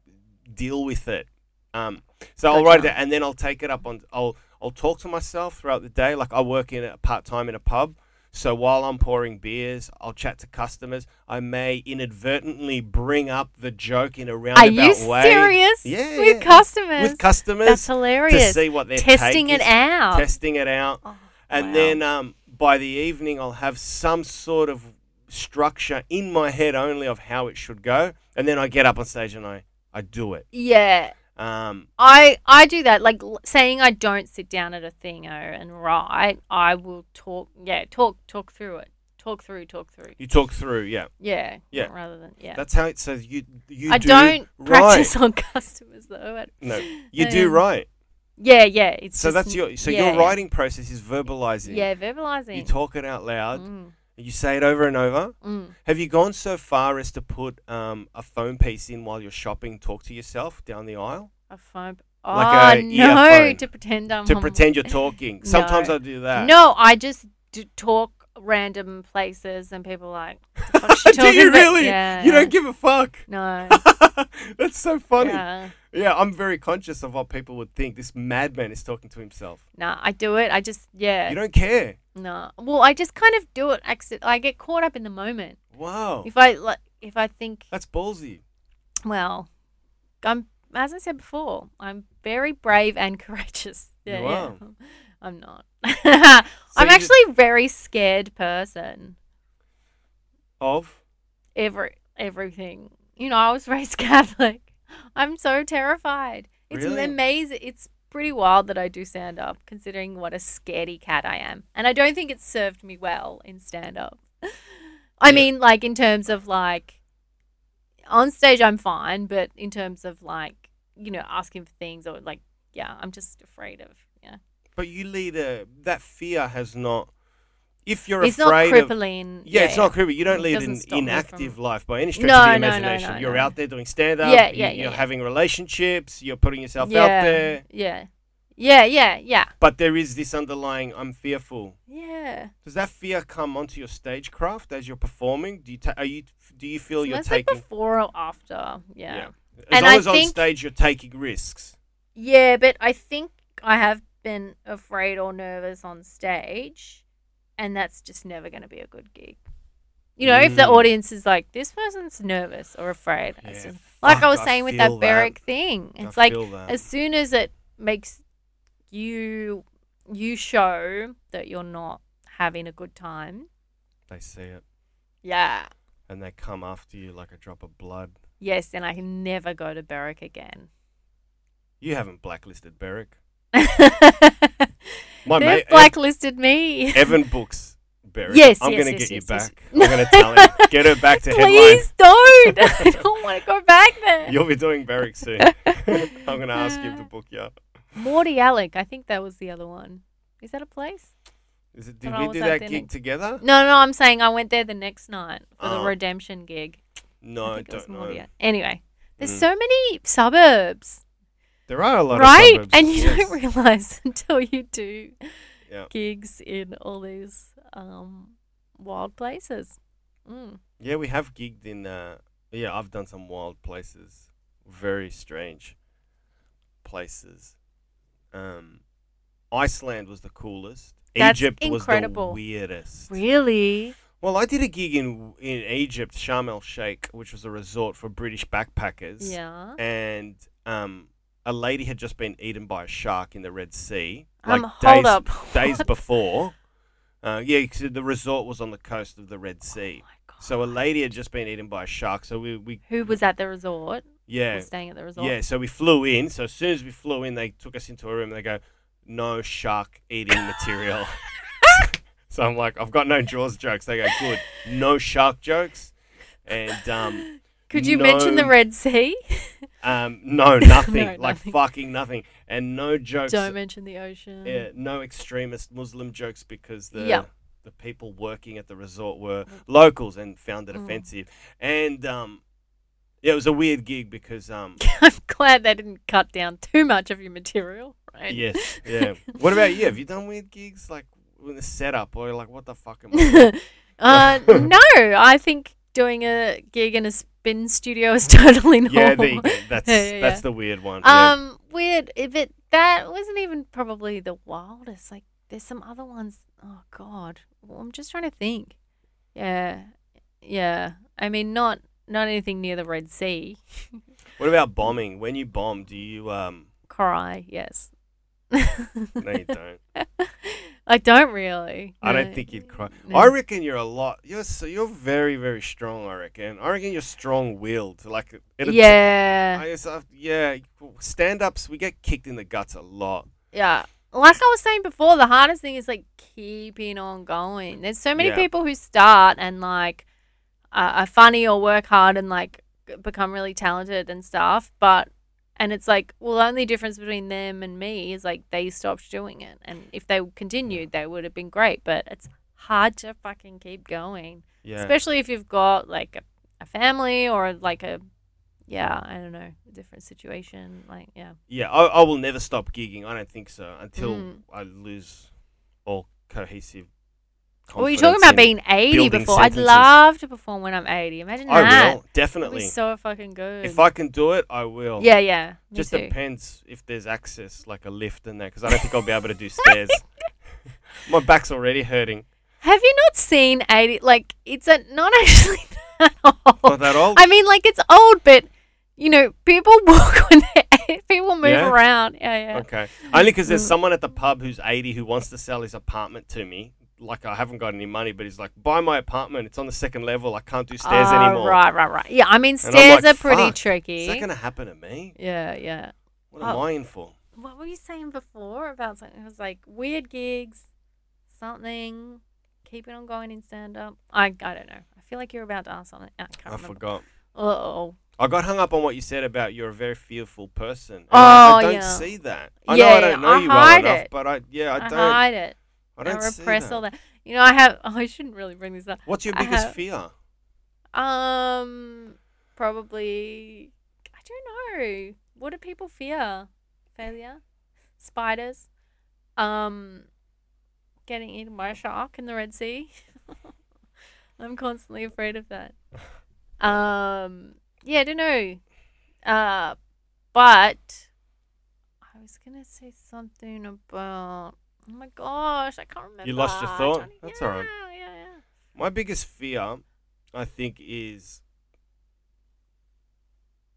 A: deal with it. Um, so I'll write it,
B: Gotcha.
A: down, and then I'll take it up on. I'll I'll talk to myself throughout the day. Like I work in a part time in a pub, so while I'm pouring beers, I'll chat to customers. I may inadvertently bring up the joke in a
B: Are
A: roundabout
B: you
A: way.
B: serious?
A: Yeah, yeah.
B: With customers.
A: with customers
B: That's
A: to
B: hilarious.
A: see what they're
B: Testing it out.
A: testing it out.
B: Oh,
A: And
B: wow.
A: then um, by the evening, I'll have some sort of structure in my head only of how it should go. And then I get up on stage and I, I do it.
B: Yeah.
A: Um,
B: I I do that like l- saying I don't sit down at a thing oh, and write. I will talk. Yeah, talk talk through it. Talk through. Talk through.
A: you talk through, yeah.
B: Yeah.
A: Yeah.
B: Rather than yeah.
A: That's how it says you you
B: I
A: do
B: not
A: right.
B: practice (laughs) on customers though. I- (laughs)
A: No, you do
B: Um,
A: right.
B: Yeah. Yeah. It's
A: So
B: just
A: that's
B: n-
A: your so
B: yeah,
A: your writing process is verbalizing.
B: Yeah, verbalizing.
A: You talk it out loud.
B: Mm,
A: You say it over and over.
B: mm.
A: Have you gone so far as to put um, a phone piece in while you're shopping? Talk to yourself down the aisle.
B: A phone.
A: Like
B: oh
A: a
B: no!
A: earphone.
B: To pretend I'm
A: to
B: on-
A: pretend you're talking. Sometimes
B: Um, (laughs) No.
A: I do that.
B: No, I just d- talk random places and people are like. "The fuck's (laughs) she
A: do
B: talking
A: you
B: about?"
A: really?
B: Yeah.
A: You don't give a fuck. (laughs)
B: No.
A: That's so funny. Yeah.
B: Yeah.
A: I'm very conscious of what people would think. This madman is talking to himself.
B: No, I do it. I just yeah.
A: You don't care.
B: No. Well, I just kind of do it. acci- I get caught up in the moment.
A: Wow.
B: If I like, if I think,
A: Oh. That's ballsy.
B: well, I'm as I said before, I'm very brave and (laughs) courageous.
A: You
B: Yeah,
A: are.
B: yeah. I'm not. (laughs) I'm
A: you just-
B: actually a very scared person.
A: Of
B: Every everything. (laughs) You know, I was raised Catholic. I'm so terrified. It's
A: Really?
B: amazing. It's pretty wild that I do stand up, considering what a scaredy cat I am. And I don't think it's served me well in stand up. I
A: Yeah.
B: mean, like, in terms of like, on stage, I'm fine, but in terms of like, you know, asking for things or like, yeah, I'm just afraid of, yeah.
A: But you lead a that fear has not. If you're
B: It's not
A: afraid of
B: crippling.
A: yeah, it's not creepy. You don't
B: It
A: lead
B: doesn't
A: an
B: stop me
A: inactive
B: from-
A: life by any stretch
B: No,
A: of the
B: no, no,
A: imagination.
B: no,
A: you're
B: no.
A: out there doing stand up.
B: Yeah, yeah, yeah,
A: You're
B: yeah.
A: having relationships. You're putting yourself out
B: yeah,
A: there.
B: yeah. Yeah, yeah, yeah.
A: But there is this underlying I'm fearful.
B: Yeah.
A: Does that fear come onto your stagecraft as you're performing? Do you ta- are you do you feel you're
B: Unless, like,
A: taking
B: before or after. yeah.
A: as
B: And
A: long
B: I
A: as on
B: think-
A: stage you're taking risks?
B: Yeah, but I think I have been afraid or nervous on stage, and that's just never going to be a good gig. You know, if the
A: Mm.
B: audience is like, this person's nervous or afraid.
A: Yeah,
B: as soon- like I
A: fuck,
B: was
A: I
B: saying with
A: feel that.
B: that Beric thing,
A: I
B: it's like
A: feel that.
B: as soon as it makes you you show that you're not having a good time,
A: they see it
B: yeah,
A: and they come after you like a drop of blood.
B: yes, then I can never go to Beric again. (laughs)
A: You haven't blacklisted Beric.
B: They've
A: My mate Ev-
B: blacklisted me.
A: Evan books Beric.
B: Yes,
A: I'm
B: yes,
A: gonna
B: yes,
A: get you
B: yes, yes,
A: back.
B: yes.
A: I'm gonna tell
B: (laughs)
A: him. Get her back to
B: Please
A: (laughs)
B: don't. (laughs) I don't want to go back there.
A: headline. You'll be doing Beric
B: (laughs)
A: soon. I'm gonna ask him to book you. up.
B: Morty Alec. I think that was the other one. Is that a place?
A: Is it, did
B: But I
A: we
B: was
A: do
B: at
A: that
B: the
A: gig
B: next-
A: together?
B: No, no. I'm saying I went there the next night for
A: Oh.
B: the redemption gig.
A: No, I,
B: think it was
A: don't know.
B: Morty. Alec. Anyway, there's
A: Mm.
B: so many suburbs,
A: There are a lot
B: right?
A: of suburbs,
B: and you
A: yes.
B: don't (laughs) realize until you do
A: Yeah.
B: gigs in all these um, wild places. Mm.
A: Yeah, we have gigged in. Uh, yeah, I've done some wild places, very strange places. Um, Iceland was the coolest.
B: That's
A: Egypt
B: incredible.
A: was the weirdest.
B: Really?
A: Well, I did a gig in in Egypt, Sharm el Sheikh, which was a resort for British backpackers.
B: Yeah.
A: And um, a lady had just been eaten by a shark in the Red Sea, like
B: Um, hold
A: days
B: up. (laughs)
A: days
B: What?
A: before. Uh, yeah, 'cause the resort was on the coast of the Red
B: Oh
A: Sea.
B: my God.
A: So a lady had just been eaten by a shark. So we, we
B: Who was at the resort?
A: yeah,
B: was staying at the resort.
A: yeah. So we flew in. So as soon as we flew in, they took us into a room. They go, no shark eating material. (laughs) so I'm like, I've got no jaws jokes. They go, good, no shark jokes, and um,
B: Could you mention the
A: No.
B: Red Sea?
A: um, no nothing,
B: (laughs) No,
A: like
B: nothing.
A: fucking nothing, and no jokes.
B: Don't mention the ocean.
A: Yeah, no extremist Muslim jokes because the
B: Mm. Yeah.
A: the people working at the resort were locals and found it
B: Mm.
A: offensive. And um, yeah, it was a weird gig because
B: (laughs)
A: um,
B: (laughs) I'm glad they didn't cut down too much of your material, right?
A: yes, yeah. What about you? Have you done weird gigs like with the setup or like what the fuck am
B: (laughs)
A: I?
B: (laughs) uh, no, I think doing a gig in a spin studio is (laughs) totally normal.
A: (laughs) yeah, there you
B: (laughs)
A: go. that's
B: Oh. Yeah, yeah,
A: that's
B: yeah.
A: the weird one. yeah.
B: Um, weird. If it that wasn't even probably the wildest. Like, there's some other ones. Oh God, well, I'm just trying to think. Yeah, yeah. I mean, not not anything near the Red Sea.
A: What about bombing? When you bomb, do you um?
B: Cry, yes.
A: No,
B: (laughs)
A: you don't.
B: I don't really.
A: I don't
B: no.
A: think you'd cry.
B: No.
A: I reckon you're a lot. You're so, you're very very strong. I reckon. I reckon you're strong willed. Like it'll t-
B: yeah,
A: I guess, uh, yeah, stand ups, we get kicked in the guts a lot.
B: yeah. Like I was saying before, the hardest thing is like keeping on going. There's so many
A: Yeah.
B: people who start and like are are funny or work hard and like become really talented and stuff, but and it's like well, the only difference between them and me is like they stopped doing it, and if they continued, they would have been great. But it's hard to fucking keep going.
A: Yeah.
B: especially if you've got like a, a family or like a yeah i don't know a different situation like yeah
A: yeah, I, I will never stop gigging. I don't think so until
B: Mm.
A: I lose all cohesive confidence.
B: well you're talking about
A: in-
B: being 80
A: building
B: before
A: sentences.
B: i'd love to perform when i'm 80 imagine
A: I
B: that
A: will,
B: That'd be
A: definitely.
B: so fucking good
A: If I can do it, I will.
B: yeah yeah me
A: Just
B: too.
A: depends if there's access, like a lift and that, because I don't think I'll be able to do
B: (laughs)
A: stairs. My back's already hurting.
B: have you not seen 80 like it's a, not (laughs) actually that old
A: Not that old.
B: i mean like it's old but you know people (laughs) walk when they're 80 people move
A: Yeah?
B: around yeah yeah
A: Okay. Only because
B: Mm.
A: there's someone at the pub who's 80 who wants to sell his apartment to me. Like, I haven't got any money, but he's like, buy my apartment. It's on the second level. I can't do stairs
B: Oh,
A: anymore.
B: right right right yeah i mean
A: I'm
B: stairs
A: like,
B: are pretty
A: "Fuck,
B: tricky
A: Is that going to happen to me?
B: yeah yeah
A: What am
B: Oh.
A: I in for?
B: what were you saying before about something? It was like weird gigs, something, keep it on going in stand up. I, I don't know. I feel like you're about to ask something. I can't
A: I
B: remember.
A: forgot.
B: Oh,
A: I got hung up on what you said about you're a very fearful person. And I, I
B: Oh,
A: don't
B: yeah.
A: see that. I know I
B: Yeah,
A: don't know
B: I
A: you well
B: hide
A: enough,
B: it.
A: but I yeah, I
B: I,
A: don't. I,
B: hide it.
A: don't
B: I
A: see
B: repress
A: that.
B: all that. You know, I have. (laughs) Oh, I shouldn't really bring this up.
A: What's your
B: I
A: biggest
B: have-
A: fear?
B: Um, probably. I don't know. What do people fear? Failure, spiders, um, getting eaten by a shark in the Red Sea. (laughs) I'm constantly afraid of
A: (laughs)
B: that. Um, yeah, I don't know. Uh, but I was gonna say something about. Oh my gosh, I can't remember.
A: You lost your
B: I
A: thought?
B: don't-
A: That's all right.
B: Yeah, yeah, yeah.
A: My biggest fear, I think, is (sighs)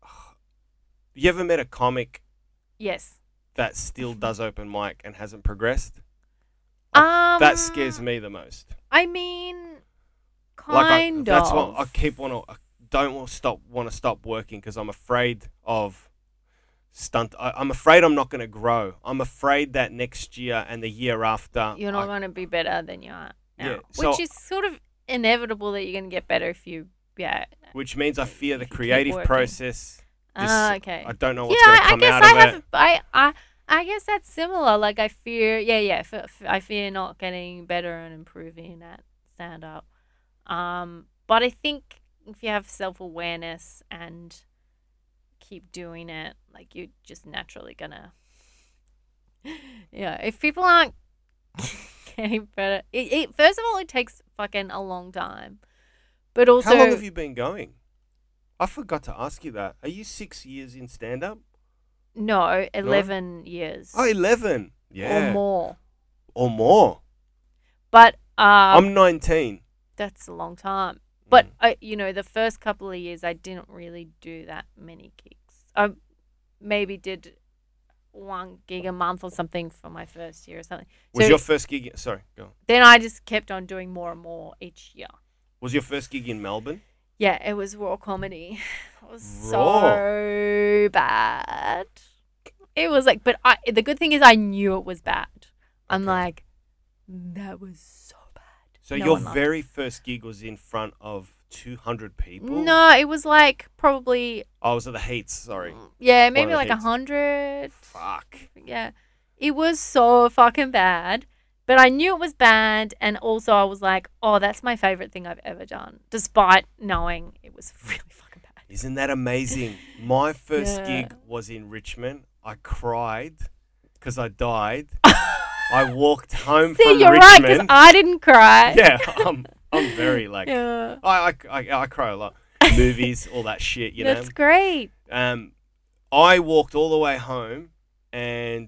A: you ever met a comic
B: Yes.
A: that still does open mic and hasn't progressed?
B: Um,
A: that scares me the most.
B: I mean,
A: I,
B: kind
A: that's
B: of.
A: what I keep want to. I don't want to stop. Want to stop working because I'm afraid of stunt. I, I'm afraid I'm not going to grow. I'm afraid that next year and the year after.
B: You're not
A: I,
B: going to be better than you are now,
A: Yeah,
B: which
A: so-
B: is sort of inevitable that you're going to get better if you, yeah.
A: which means I fear the
B: If you keep
A: creative
B: working.
A: process. This,
B: Ah, okay.
A: I don't know
B: yeah,
A: what's going to
B: I, I
A: come
B: guess
A: out
B: I
A: of
B: have.
A: it.
B: I, I, I guess that's similar. Like I fear, yeah, yeah. F- f- I fear not getting better and improving at stand up. Um, but I think if you have self awareness and keep doing it, like you're just naturally gonna. (laughs) yeah, if people aren't (laughs) getting better, it, it first of all it takes fucking a long time, but also
A: How long have you been going? I forgot to ask you that. Are you six years in stand up?
B: no eleven years
A: Oh, 11. Yeah.
B: or more.
A: Or more.
B: But um,
A: I'm 19.
B: that's a long time. But
A: Mm.
B: I, you know, the first couple of years, I didn't really do that many gigs. I maybe did one gig a month or something for my first year or something.
A: Was
B: so-
A: your first gig? Sorry, go on.
B: Then I just kept on doing more and more each year.
A: Was your first gig in Melbourne?
B: Yeah, it was raw comedy. (laughs) It was
A: Raw.
B: so bad. It was like, but I. The good thing is, I knew it was bad. I'm
A: Okay.
B: like, that was so bad.
A: So
B: No
A: your
B: one laughed.
A: very first gig was in front of 200 people?
B: No, it was like probably
A: I was at the Heats, sorry.
B: Yeah,
A: of
B: maybe
A: the
B: like a
A: hits.
B: hundred.
A: Fuck.
B: Yeah, it was so fucking bad. But I knew it was bad, and also I was like, "Oh, that's my favorite thing I've ever done," despite knowing it was (laughs) really fucking bad.
A: Isn't that amazing? My first
B: Yeah.
A: gig was in Richmond. I cried because I
B: (laughs)
A: died. I walked home
B: See,
A: from
B: you're right, because
A: Richmond.
B: I didn't cry.
A: (laughs) yeah, I'm, I'm very like,
B: yeah,
A: I, I, I, I cry a
B: (laughs)
A: lot. Movies, all that shit, you know?
B: that's
A: (laughs)
B: great.
A: Um, I walked all the way home, and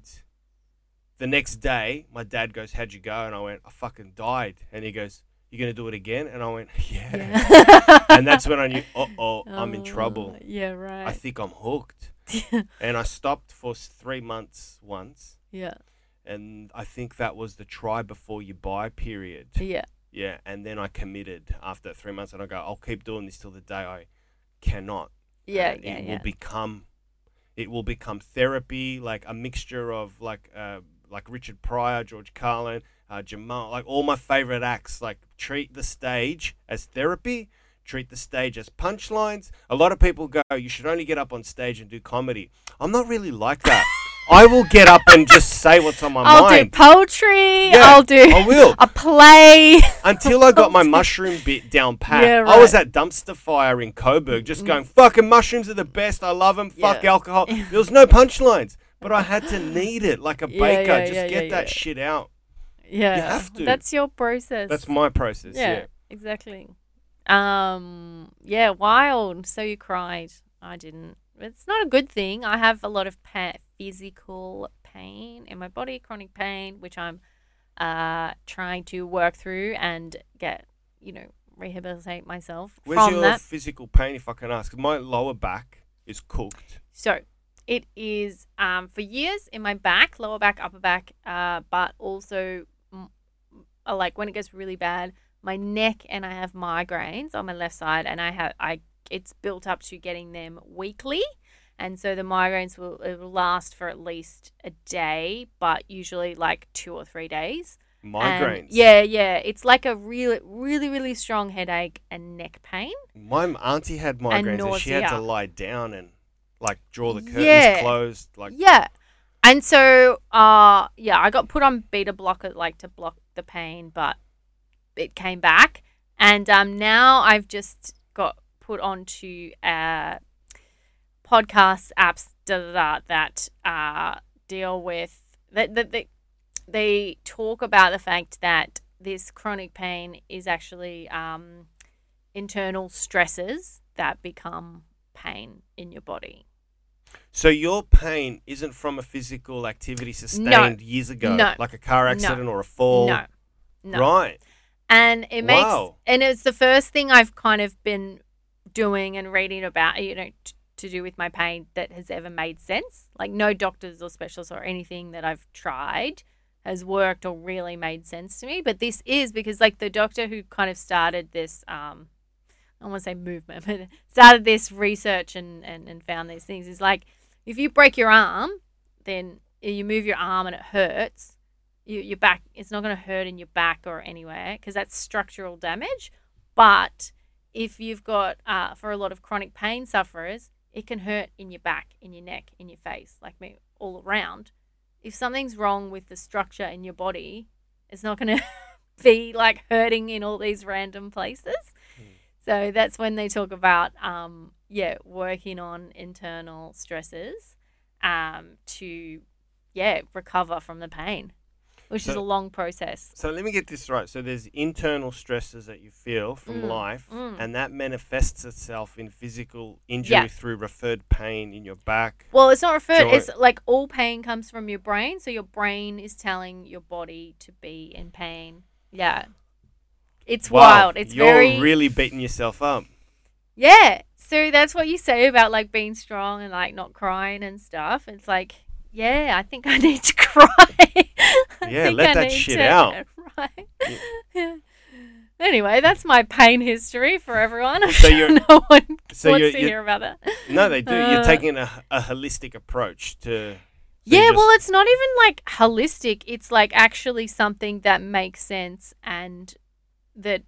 A: the next day, my dad goes, "How'd you go?" And I went, "I fucking died." And he goes, "You're gonna do it again?" And I went, (laughs) "Yeah."
B: Yeah.
A: and
B: (laughs)
A: that's when I knew, "Uh (laughs) oh, I'm in trouble.
B: Uh, Yeah,
A: I
B: right.
A: think I'm hooked." And I stopped for s- three months once,
B: (laughs) yeah,
A: and I think that was the try before you buy period.
B: yeah.
A: Yeah, and then I committed after three months, and I go, "I'll keep doing this till the day I cannot."
B: Yeah,
A: and
B: yeah,
A: it
B: yeah.
A: will become it will become therapy like a mixture of like uh, like richard pryor george carlin uh, jamal like all my favorite acts like treat the stage as therapy treat the stage as punchlines a lot of people go you should only get up on stage and do comedy i'm not really like
B: (laughs)
A: that i will get up and just say what's on my
B: I'll
A: mind
B: do poetry.
A: Yeah, Oh.
B: (laughs) I'll do
A: I will.
B: a play.
A: until I got my mushroom bit down pat.
B: Yeah,
A: I was
B: right. Mm.
A: at dumpster fire in Coburg, just going, "Fucking mushrooms are the best. I love them. Fuck
B: Yeah. (laughs)
A: alcohol." There was no punchlines, but I had to need it like a
B: Yeah,
A: baker.
B: yeah,
A: just
B: yeah,
A: get
B: yeah,
A: that
B: yeah.
A: shit out.
B: Yeah.
A: have to.
B: That's your process.
A: That's my process. Yeah.
B: exactly. Um, yeah, wild. So you cried. I didn't. It's not a good thing. I have a lot of pa- physical pain in my body, chronic pain, which I'm uh, trying to work through and get, you know, rehabilitate myself
A: Where's
B: from
A: your
B: that.
A: physical pain, if I can ask? 'Cause My lower back is cooked.
B: So it is um, for years in my back, lower back, upper back, uh, but also mm, uh, like when it gets really bad, my neck and I have migraines on my left side, and I have I it's built up to getting them weekly, And so the migraines will, it will last for at least a day, but usually like two or three days. And
A: Migraines.
B: yeah, yeah. It's like a really, really, really strong headache and neck pain.
A: My m- auntie had migraines and, she had to
B: nausea.
A: lie down and like draw the curtains
B: Yeah.
A: closed. Like
B: yeah. And so, uh, yeah, I got put on beta blocker like to block the pain, but it came back. And um, now I've just got put onto uh, podcasts, apps, da da da, that uh, deal with that. That they, they talk about the fact that this chronic pain is actually um, internal stresses that become pain in your body.
A: so your pain isn't from a physical activity sustained years ago,
B: No.
A: like a car accident or a fall.
B: no, no.
A: Right.
B: and it makes
A: Wow.
B: and it's the first thing I've kind of been doing and reading about you know t- to do with my pain that has ever made sense like no doctors or specialists or anything that I've tried has worked or really made sense to me but this is because like the doctor who kind of started this um I don't want to say movement (laughs) but started this research and and, and found these things is like if you break your arm then you move your arm and it hurts you, your back it's not going to hurt in your back or anywhere because that's structural damage but if you've got uh, for a lot of chronic pain sufferers it can hurt in your back in your neck in your face like me all around if something's wrong with the structure in your body it's not going to (laughs) be like hurting in all these random places so that's when they talk about um, yeah working on internal stresses um, to yeah recover from the pain which is
A: So-
B: a long process.
A: So let me get this right. So there's internal stresses that you feel from
B: Mm,
A: life,
B: mm.
A: and that manifests itself in physical injury
B: Yeah.
A: through referred pain in your back.
B: Well, it's not referred.
A: Joy.
B: It's like all pain comes from your brain, so your brain is telling your body to be in pain. Yeah, it's wild. It's
A: You're
B: very
A: really beating yourself up.
B: yeah. So that's what you say about like being strong and like not crying and stuff. It's like yeah, I think I (laughs) need to cry. I
A: Yeah,
B: think
A: let
B: I
A: that
B: need
A: shit
B: to-
A: out.
B: (laughs) Right. (laughs) Anyway, that's my pain history for everyone. (laughs)
A: So you're-
B: no one
A: So
B: wants
A: you're,
B: to
A: you're-
B: hear about that.
A: no, they do. you're
B: Uh,
A: taking a, a holistic approach to. so
B: Yeah,
A: you're
B: well, it's not even like holistic. It's like actually something that makes sense and that,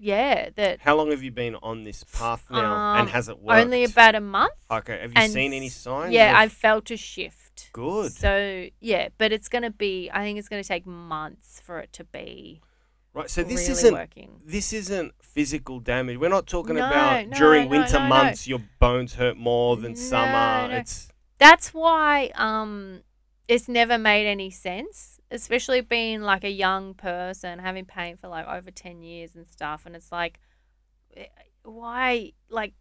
B: yeah, that
A: How long have you been on this path now,
B: Um,
A: and has it worked?
B: only about a month.
A: Okay, have you
B: and
A: seen any signs?
B: Yeah,
A: of-
B: I felt a shift.
A: Good.
B: So, yeah, but it's going to be, I think it's going to take months for it to be
A: Right. So this
B: really
A: isn't
B: working.
A: this isn't physical damage. We're not talking
B: No,
A: about
B: no,
A: during
B: no,
A: winter
B: no, no.
A: months your bones hurt more than summer.
B: No, no.
A: It's
B: That's why um, it's never made any sense, especially being like a young person, having pain for like over 10 years and stuff. And it's like, eh, why, like,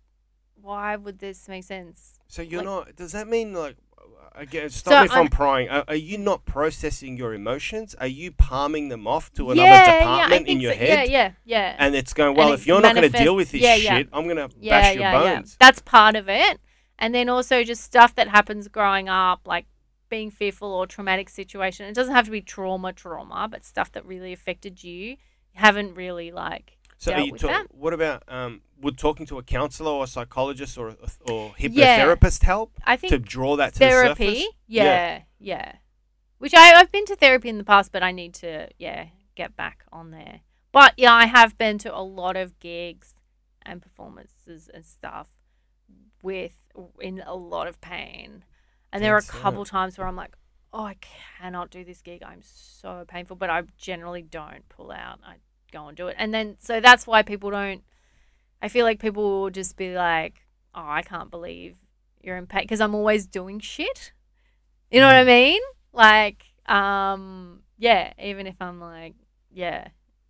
B: why would this make sense?
A: so you're
B: like-
A: not. Does that mean like again? Stop
B: So
A: me if I'm,
B: I'm-
A: prying. Are, are you not processing your emotions? Are you palming them off to another
B: I
A: department in
B: think
A: your
B: so.
A: head?
B: Yeah, yeah, yeah.
A: And it's going well.
B: it
A: if you're not going to deal
B: manifests-
A: with this
B: yeah, yeah.
A: shit, I'm going to
B: yeah,
A: bash
B: yeah,
A: your
B: yeah.
A: bones.
B: That's part of it. And then also just stuff that happens growing up, like being fearful or traumatic situation. It doesn't have to be trauma, trauma, but stuff that really affected you. You haven't really like
A: So are
B: dealt
A: you
B: with
A: talk,
B: that.
A: What about um? Would talking to a counselor or a psychologist or or
B: Yeah.
A: hypnotherapist help
B: I think
A: to draw that to the
B: therapy.
A: surface?
B: yeah,
A: Yeah.
B: yeah, Which I, I've been to therapy in the past, but I need to, yeah, get back on there. But yeah, I have been to a lot of gigs and performances and stuff with in a lot of pain. And there are a
A: That's it.
B: couple times where I'm like, oh, I cannot do this gig. I'm so painful. But I generally don't pull out. I go and do it. And then, so that's why people don't, I feel like people will just be like, oh, I can't believe you're in pain. Because I'm always doing shit. You know what I mean? Like, um, yeah, even if I'm like, yeah,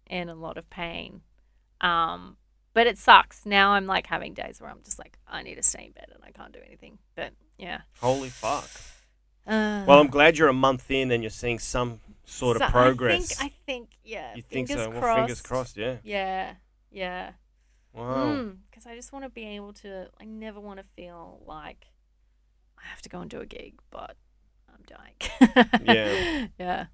B: in a lot of pain. Um, but it sucks. Now I'm like having days where I'm just like, I need to stay in bed and I can't do anything. But yeah.
A: Holy fuck.
B: Uh,
A: Well, I'm glad you're a month in and you're seeing some sort
B: so
A: of progress.
B: I think, I think yeah.
A: you think
B: fingers
A: so?
B: Crossed. Mm.
A: Well, fingers crossed. Yeah.
B: Yeah, yeah.
A: Wow.
B: Because I just want to be able to. I never want to feel like I have to go and do a gig, but I'm dying.
A: Yeah.
B: (laughs) yeah.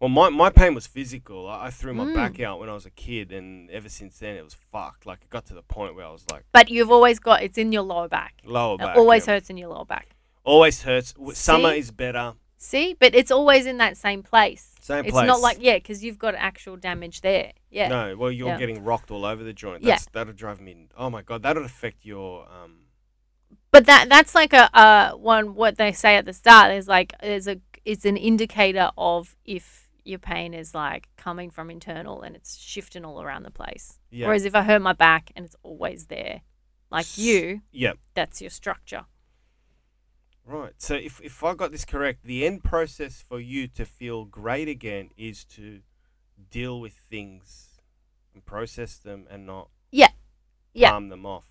A: Well, my, my pain was physical. I, I threw my
B: Mm.
A: back out when I was a kid, and ever since then it was fucked. Like it got to the point where I was like
B: But you've always got it's in your lower back.
A: lower
B: It
A: back.
B: always
A: yeah.
B: hurts in your lower back.
A: Always hurts. W- Summer
B: See?
A: is better.
B: See, but it's always in that same place.
A: Same
B: it's
A: place.
B: not like yeah, because you've got actual damage there. Yeah.
A: No, well, you're
B: Yeah.
A: getting rocked all over the joint.
B: Yeah.
A: That's, That'll drive me. Oh my god, that'll affect your um.
B: But that that's like a uh one what they say at the start is like there's a it's an indicator of if your pain is like coming from internal and it's shifting all around the place.
A: Yeah.
B: Whereas if I hurt my back and it's always there, like you,
A: yeah.
B: that's your structure.
A: Right. So if if I got this correct, the end process for you to feel great again is to deal with things and process them and not
B: Yeah. Yeah.
A: palm them off.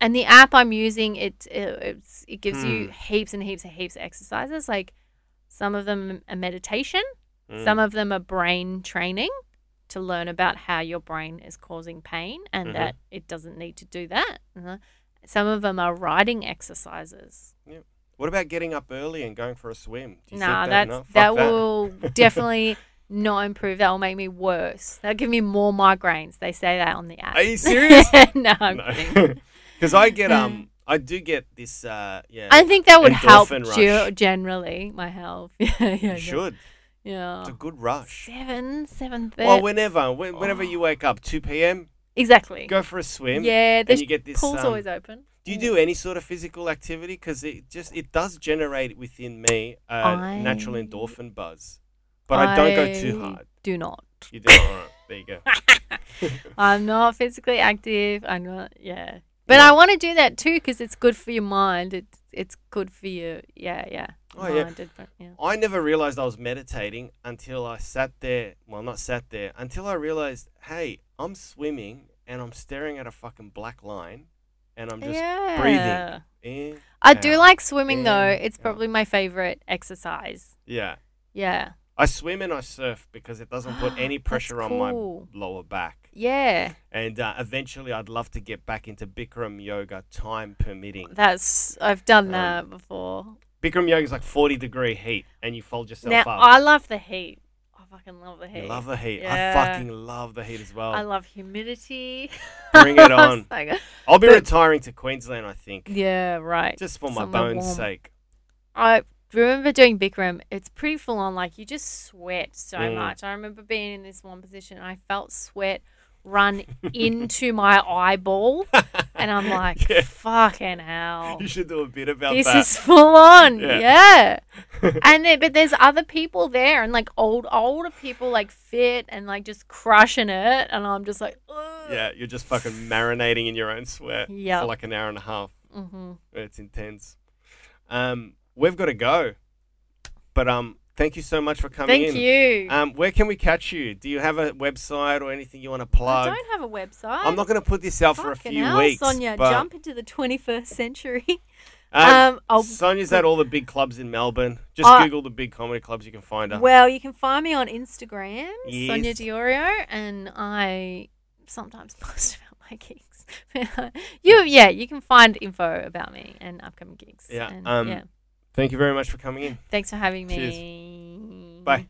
B: And the app I'm using, it it, it's, it gives you
A: Hmm.
B: heaps and heaps and heaps of exercises. Like some of them are meditation,
A: Mm.
B: some of them are brain training to learn about how your brain is causing pain and
A: Mhm.
B: that it doesn't need to do that. Uh-huh. Some of them are riding exercises.
A: What about getting up early and going for a swim? Do you
B: No, nah,
A: think
B: that's
A: enough? Fuck
B: that will
A: (laughs)
B: definitely not improve. That will make me worse. That'll give me more migraines. They say that on the app.
A: Are
B: (laughs)
A: you serious?
B: no, I'm kidding.
A: (laughs) Because I get um, I do get this uh, yeah.
B: Mm. I think that would help
A: Endorphin rush.
B: ge- generally my health. (laughs) yeah, yeah, yeah.
A: you should.
B: Yeah.
A: It's a good rush.
B: Seven, seven thirty.
A: Well, whenever, when, whenever
B: Oh.
A: you wake up, two p.m.,
B: exactly.
A: go for a swim.
B: yeah,
A: and
B: the
A: you get this.
B: pool's
A: um,
B: always open.
A: Do you do any sort of physical activity? Because it just it does generate within me a natural
B: I-
A: endorphin buzz, but I, don't go too
B: I
A: hard.
B: Do not.
A: You do all right. There
B: (laughs)
A: you go. (laughs)
B: I'm not physically active. I'm not. Yeah. But I want to do that too because it's good for your mind. It's it's good for you. Yeah, yeah.
A: Oh, yeah.
B: Mind, it- but, yeah.
A: I never realized I was meditating until I sat there. Well, not sat there until I realized, hey, I'm swimming and I'm staring at a fucking black line, and I'm just
B: Yeah.
A: in.
B: I do
A: out,
B: like swimming though.
A: in,
B: It's
A: out.
B: probably my favorite exercise.
A: Yeah,
B: Yeah.
A: I swim and I surf because it doesn't
B: (gasps)
A: put any
B: That's
A: pressure on
B: cool.
A: my lower back.
B: Yeah.
A: And uh, eventually, I'd love to get back into Bikram yoga, time permitting.
B: That's I've done
A: Um,
B: that before.
A: Bikram yoga is like 40 degree heat and you fold yourself
B: Now
A: up.
B: I love the heat. I fucking love the
A: You
B: heat.
A: love the heat.
B: Yeah.
A: I fucking love the heat as well.
B: I love humidity.
A: Bring it
B: (laughs) I was
A: on.
B: like,
A: I'll be
B: but-
A: retiring to Queensland, I think,
B: yeah, right.
A: just for my
B: somewhere
A: bones'
B: warm.
A: sake.
B: I remember doing Bikram. It's pretty full on. Like you just sweat so
A: Mm.
B: much. I remember being in this one position. And I felt sweat run (laughs) into my
A: (laughs)
B: eyeball, and I'm like,
A: Yeah.
B: fucking hell.
A: You should do a bit about
B: Oh. This
A: that.
B: is full on,
A: Yeah.
B: yeah. and then, but there's other people there, and like old older people, like fit and like just crushing it, and I'm just like, Ugh.
A: (laughs) yeah, you're just fucking marinating in your own sweat
B: Yeah.
A: for like an hour and a half.
B: Mm-hmm.
A: It's intense. Um, we've got to go. But um, thank you so much for coming
B: Thank
A: in.
B: you.
A: Um, where can we catch you? Do you have a website or anything you want to plug?
B: I don't have a website.
A: I'm not going to put this out for a
B: Fucking
A: few
B: hell,
A: weeks.
B: Sonia,
A: but,
B: jump into the 21st century. (laughs)
A: um,
B: Um, I'll-
A: Sonia's at all the big clubs in Melbourne. Just
B: Uh,
A: Google the big comedy clubs. You can find her.
B: well, you can find me on Instagram,
A: Yes.
B: Sonia Diorio, and I sometimes (laughs) post about my gigs. (laughs) you, yeah, you can find info about me and upcoming gigs.
A: Yeah,
B: and,
A: um,
B: yeah.
A: Thank you very much for coming in.
B: Thanks for having
A: Cheers.
B: me.
A: Bye.